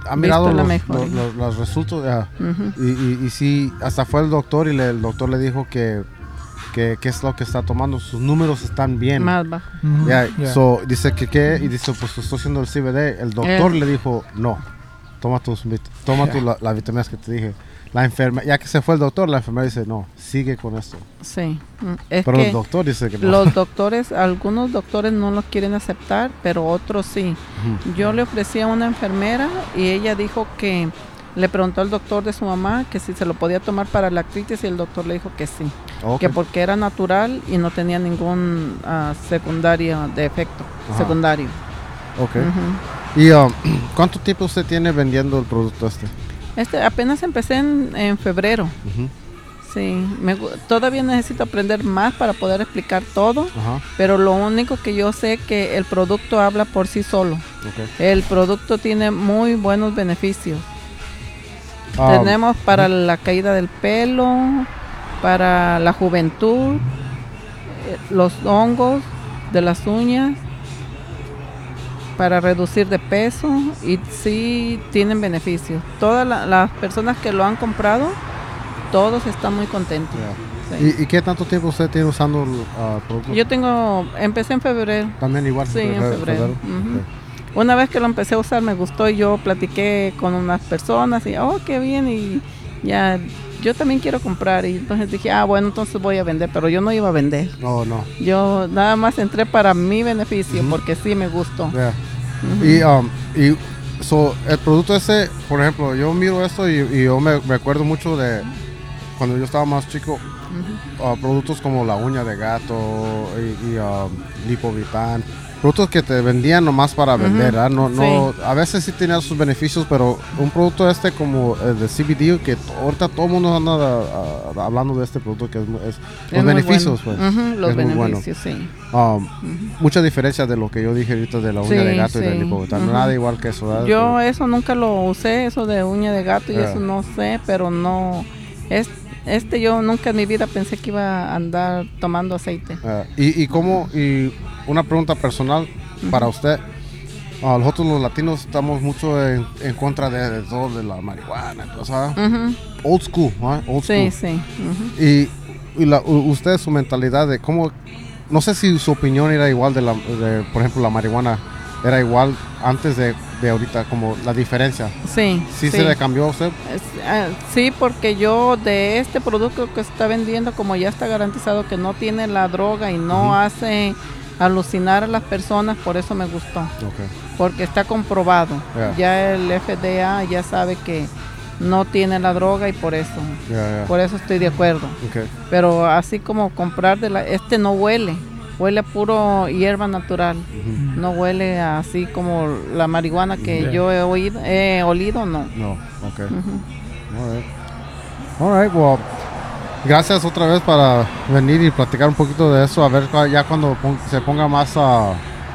ha mirado
la
los,
mejoría.
los- los- los resultados ah,
Ujú.
y, y, y sí, hasta fue el doctor y le- el doctor le dijo que, que, que es lo que está tomando, sus números están bien.
Más bajo.
Mhm.
Ya,
Yeah.
so, dice que qué, y dice, pues estoy haciendo el CBD. El
Eh.
doctor le dijo, no, toma tus, vit- toma tus la- las vitaminas que te dije. La enferma, ya que se fue el doctor, la enfermera dice, no, sigue con esto.
Sí. Mm, Es
Pero
que
el doctor dice que no.
los doctores, algunos doctores no los quieren aceptar, pero otros sí. Yo le ofrecí a una enfermera y ella dijo que le preguntó al doctor de su mamá que si se lo podía tomar para la artritis y el doctor le dijo que sí.
Ok.
que porque era natural y no tenía ningún ah, secundario de efecto
Ajá.
secundario.
ok.
Ujú.
¿Y um, cuánto tiempo usted tiene vendiendo el producto este?
Este apenas empecé en, en febrero.
Ujú,
Sí, me gu- todavía necesito aprender más para poder explicar todo,
Ajá,
pero lo único que yo sé que el producto habla por sí solo.
ok.
El producto tiene muy buenos beneficios.
Um,
Tenemos para la caída del pelo, para la juventud, eh, los hongos de las uñas, para reducir de peso y sí tienen beneficios. Todas la- las personas que lo han comprado, todos están muy contentos.
ya.
sí.
¿Y, y qué tanto tiempo usted tiene usando el ah, producto?
Yo tengo, empecé en febrero.
También igual.
Sí, en febrero. Ujú.
Ok.
Una vez que lo empecé a usar me gustó y yo platiqué con unas personas y, oh, qué bien y ya, yo también quiero comprar y entonces dije, ah, bueno, entonces voy a vender, pero yo no iba a vender.
No, no.
Yo nada más entré para mi beneficio porque sí me gustó.
Yeah. Y, um, y so, el producto ese, por ejemplo, yo miro esto y, y yo me, me acuerdo mucho de cuando yo estaba más chico, uh, productos como la uña de gato y, y um, lipovitan, productos que te vendían nomás para vender, ¿verdad? No, no,
Sí.
a veces sí tenía sus beneficios, pero un producto este como el de CBD, que t- ahorita todo el mundo anda ah, ah, hablando de este producto, que es, mu- es-
Es
los
muy
beneficios,
bueno.
pues.
Ujú, los
es muy bueno.
beneficios, sí.
Um, Mucha diferencia de lo que yo dije ahorita de la uña
Sí,
de gato y del
sí.
hipopótamo.
Ujú.
Nada igual que eso, ¿verdad?
Yo eso nunca lo usé, eso de uña de gato y
Ah.
eso no sé, pero no. Es, este yo nunca en mi vida pensé que iba a andar tomando aceite.
Ah, y, y cómo, y una pregunta personal para usted. Ah, nosotros los latinos estamos mucho en, en contra de, de todo de la marihuana, o sea,
Ujú,
old school, ¿ah? Old school.
Sí, sí. ujú.
Y, y la- u- usted, su mentalidad de cómo, no sé si su opinión era igual de, la, de, por ejemplo, la marihuana, era igual antes de, de ahorita, como la diferencia.
Sí,
¿Sí, se le cambió a usted?
Es- ah, Sí, porque yo de este producto que se está vendiendo, como ya está garantizado que no tiene la droga y no hace alucinar a las personas, por eso me gustó, porque está comprobado.
Ya.
Ya el FDA ya sabe que no tiene la droga y por eso,
Ya, ya.
por eso estoy de acuerdo.
Ok.
Pero así como comprar de la, este no huele, huele a puro hierba natural.
Ujú.
No huele así como la marihuana que
Ya.
yo he oído, he olido, no.
No, ok.
Ujú.
All right. All right, well, gracias otra vez para venir y platicar un poquito de eso. A ver, cua- ya cuando pon- se ponga más ah,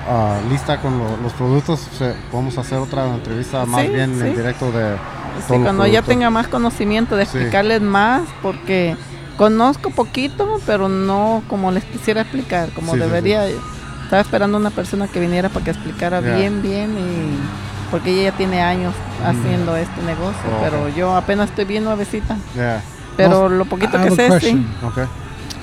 ah, lista con lo- los productos, se- podemos hacer otra entrevista más
Sí,
bien en
sí.
directo de.
Sí,
todos los
cuando ya
productos.
tenga más conocimiento de
Sí.
explicarles más, porque conozco poquito, pero no como les quisiera explicar, como
Sí, sí,
debería. Estaba esperando una persona que viniera para que explicara
Ya.
bien, bien, y porque ella ya tiene años haciendo este negocio,
Oh,
pero
ok.
yo apenas estoy bien nuevecita.
Yeah,
Pero lo poquito
I
que
have a
sé, sí.
question.
okay.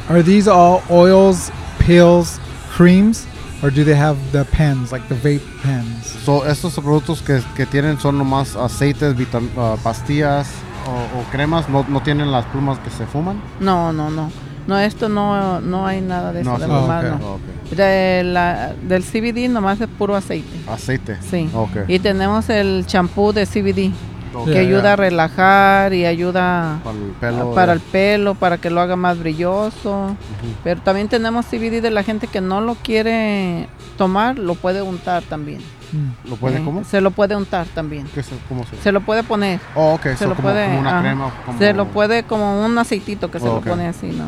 Are these all oils, pills, creams, or do they have the pens, like the vape pens?
So, estos productos que, que tienen son nomás aceites, vitam- ah, pastillas o, o cremas, no, no tienen las plumas que se fuman.
No, no, no. No, esto no, no hay nada de eso,
No,
de
sí,
lo
ok.
malo.
Oh, ok.
De la- del CBD nomás es puro aceite.
Aceite.
Sí.
Ok.
Y tenemos el champú de CBD.
Ok,
que
Ya,
ayuda
ya.
a relajar y ayuda
Para el pelo.
Ah, para
ya.
el pelo, para que lo haga más brilloso. Pero también tenemos CBD de la gente que no lo quiere tomar, lo puede untar también.
Hmm.
¿Lo puede
Eh,
cómo?
Se lo puede untar también.
¿Qué se- ¿Cómo se
Se lo puede poner.
Oh, ok,
Se
so
lo
como,
puede.
como una
ajá.
crema. Como,
Se lo puede como un aceitito que se
Oh,
lo
ok.
pone así, ¿no?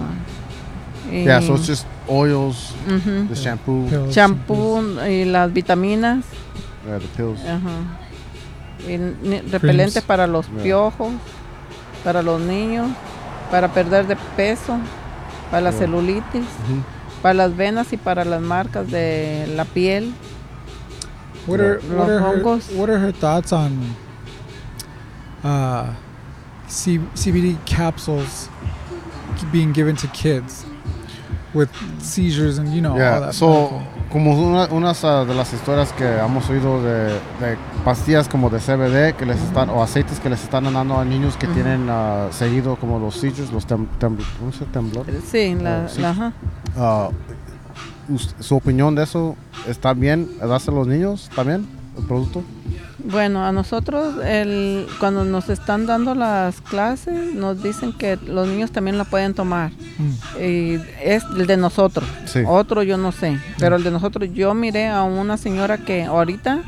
Y-
Yeah, so it's just oils,
ujú.
the shampoo,
Pills,
Champú y las vitaminas.
uh, the pills.
ajá. Y ni- repelentes para los
Yeah.
piojos, para los niños, para perder de peso, para la
Yeah.
celulitis,
Ujú.
para las venas y para las marcas de la piel.
What are
Yeah.
what are her,
Hongos.
what are her thoughts on uh, C- CBD capsules being given to kids with seizures and you
Oh,
know all
Yeah,
that?
so, como una, unas ah, de las historias que hemos oído de, de pastillas como de CBD que les están, o aceites que les están dando a niños que tienen ah, seguido como los seizures, los tem, tem- ¿cómo se dice? temblores.
Sí, la,
Oh, sí.
la- ajá.
Ah, us- ¿Su opinión de eso está bien? ¿Darse a los niños también el producto?
Bueno, a nosotros el, cuando nos están dando las clases nos dicen que los niños también la pueden tomar.
Mm.
Y eh, es el de nosotros.
Sí.
Otro yo no sé. Pero el de nosotros, yo miré a una señora que ahorita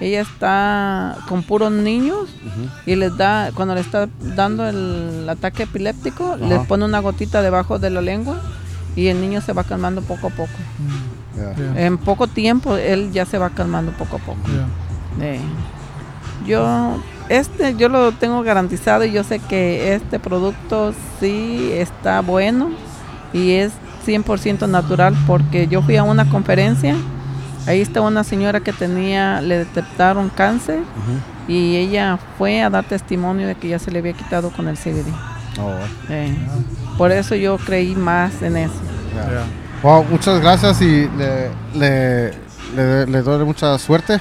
ella está con puros niños
Ujú.
y les da, cuando le está dando el ataque epiléptico, les pone una gotita debajo de la lengua y el niño se va calmando poco a poco.
Yeah.
mm, Yeah.
En poco tiempo él ya se va calmando poco a poco.
Yeah.
Eh, yo este yo lo tengo garantizado y yo sé que este producto sí está bueno y es 100% natural porque yo fui a una conferencia. Ahí está una señora que tenía le detectaron cáncer
Ujú.
y ella fue a dar testimonio de que ya se le había quitado con el CBD.
Oh,
Eh, por eso yo creí más en eso.
yeah. Wow, muchas gracias y le, le, le- le doy mucha suerte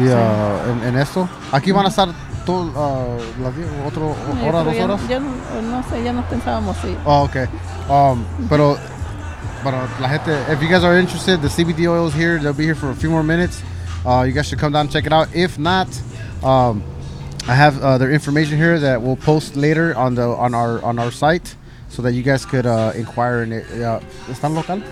y, ah, en, en esto. Aquí van a estar todo, ah, las diez- otro
Eh,
hora,
pero
dos
ya-
horas.
ya no, no sé, ya nos pensábamos sí.
Oh, okay. Um, pero para la gente, if you guys are interested, the CBD oil is here. They'll be here for a few more minutes. Uh, you guys should come down and check it out. If not, um, I have uh, their information here that we'll post later on the on our on our site so that you guys could uh, inquire in it. Uh, ¿Están local?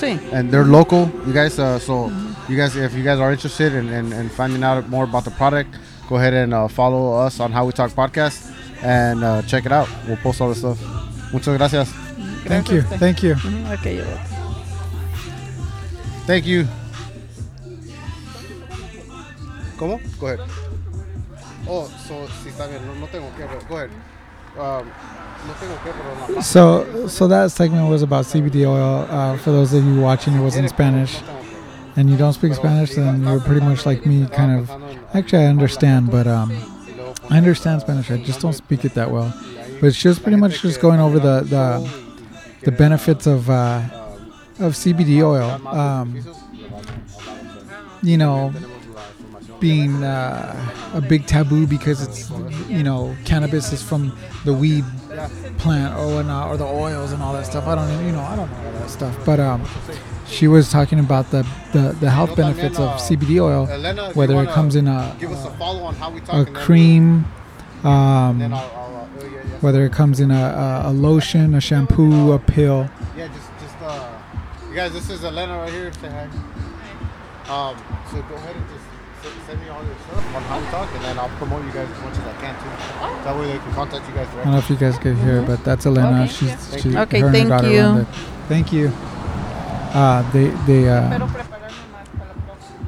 Sí.
and they're local you guys uh, so you guys if you guys are interested in, in, in finding out more about the product go ahead and uh, follow us on how we talk podcast and uh, check it out we'll post all the stuff muchas gracias
Thank you. Thank you.
Ujú, ok, yo voy.
thank you ¿Cómo? Go ahead. Oh, so, sí, está bien. No, no tengo que, pero- go ahead. Um, no tengo que, pero la-
So, so that segment was about CBD oil. Uh, for those of you watching, it was in Spanish, and you don't speak Spanish, then you're pretty much like me, kind of. Actually, I understand, but um, I understand Spanish. I just don't speak it that well. But she was pretty much just going over the the, the benefits of uh, of CBD oil. Um, you know, being uh, a big taboo because it's you know cannabis is from the weed plant or whatnot or the oils and all that stuff. I don't even- you know I don't know all that stuff, but um, she was talking about the the, the health benefits of CBD oil,
Elena, if you
whether it
wanna
comes in a
give us a follow on how we talk
a
and then-
cream.
then
Um,
I'll, I'll, uh, yeah, yeah.
whether it comes in a, a, a lotion, a shampoo, a pill.
Yeah, just, just, uh, you guys, this is Elena right here. Say hi. Um, so go ahead and just se- send me all your stuff on how we talk, and then I'll promote you guys as much as I can too. That way they can contact you guys
I don't know
directly.
if you guys could hear, but that's Elena.
Okay,
She's she,
yeah. Okay,
her and her
thank
daughter
you.
run the- Thank you. Uh, they they uh,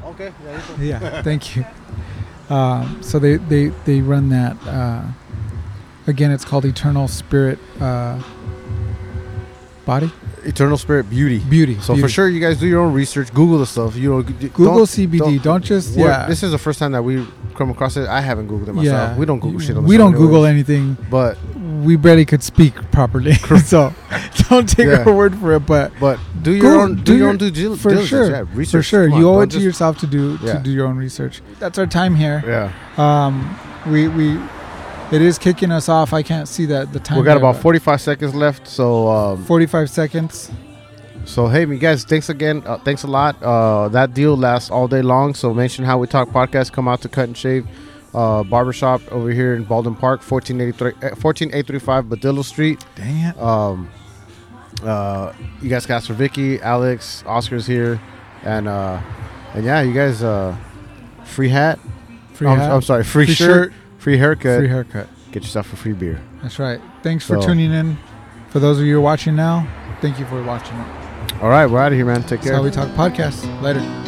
Okay. Yeah. you can-
yeah. Thank you. Um, so they they they run that. Uh, again, it's called Eternal Spirit uh, Body
Eternal Spirit Beauty.
Beauty.
So for
Beauty.
sure, you guys do your own research. Google the stuff. You know, g-
Google
don't-
CBD. Don't,
don't-
just
we're-
yeah.
This is the first time that we come across it. I haven't Googled it myself.
yeah.
We don't Google shit on the
We
show
don't Google
anyways.
anything.
But
We barely could speak properly, so don't take
Yeah.
our word for it. But
but do your
Google-
own do, your own due dil-
for
diligence.
sure.
Yeah, research
for sure,
Come on,
you owe
don't
it to
just-
yourself to do
Yeah.
to do your own research. That's our time here.
Yeah.
Um, we we it is kicking us off. I can't see that the time.
We got
there,
about
but
45 seconds left, so um,
45 seconds.
so hey, you guys, thanks again, uh, thanks a lot. Uh, that deal lasts all day long, so mention how we talk podcast. Come out to Cut and Shave uh, Barbershop over here in Baldwin Park, 1483, eh, 14835 Badillo Street.
Dang it.
Um, uh, you guys can ask for Vicky, Alex, Oscar's here, and uh, and yeah, you guys, uh, free hat. Oh,
Free
I'm,
hat,
I'm sorry, free,
free
shirt,
shirt,
free haircut.
free haircut.
Get yourself a free beer.
That's right. Thanks for
So-
tuning in. For those of you who are watching now, thank you for watching.
All right, we're out of here, man. Take
That's
care.
how we talk podcast. Later.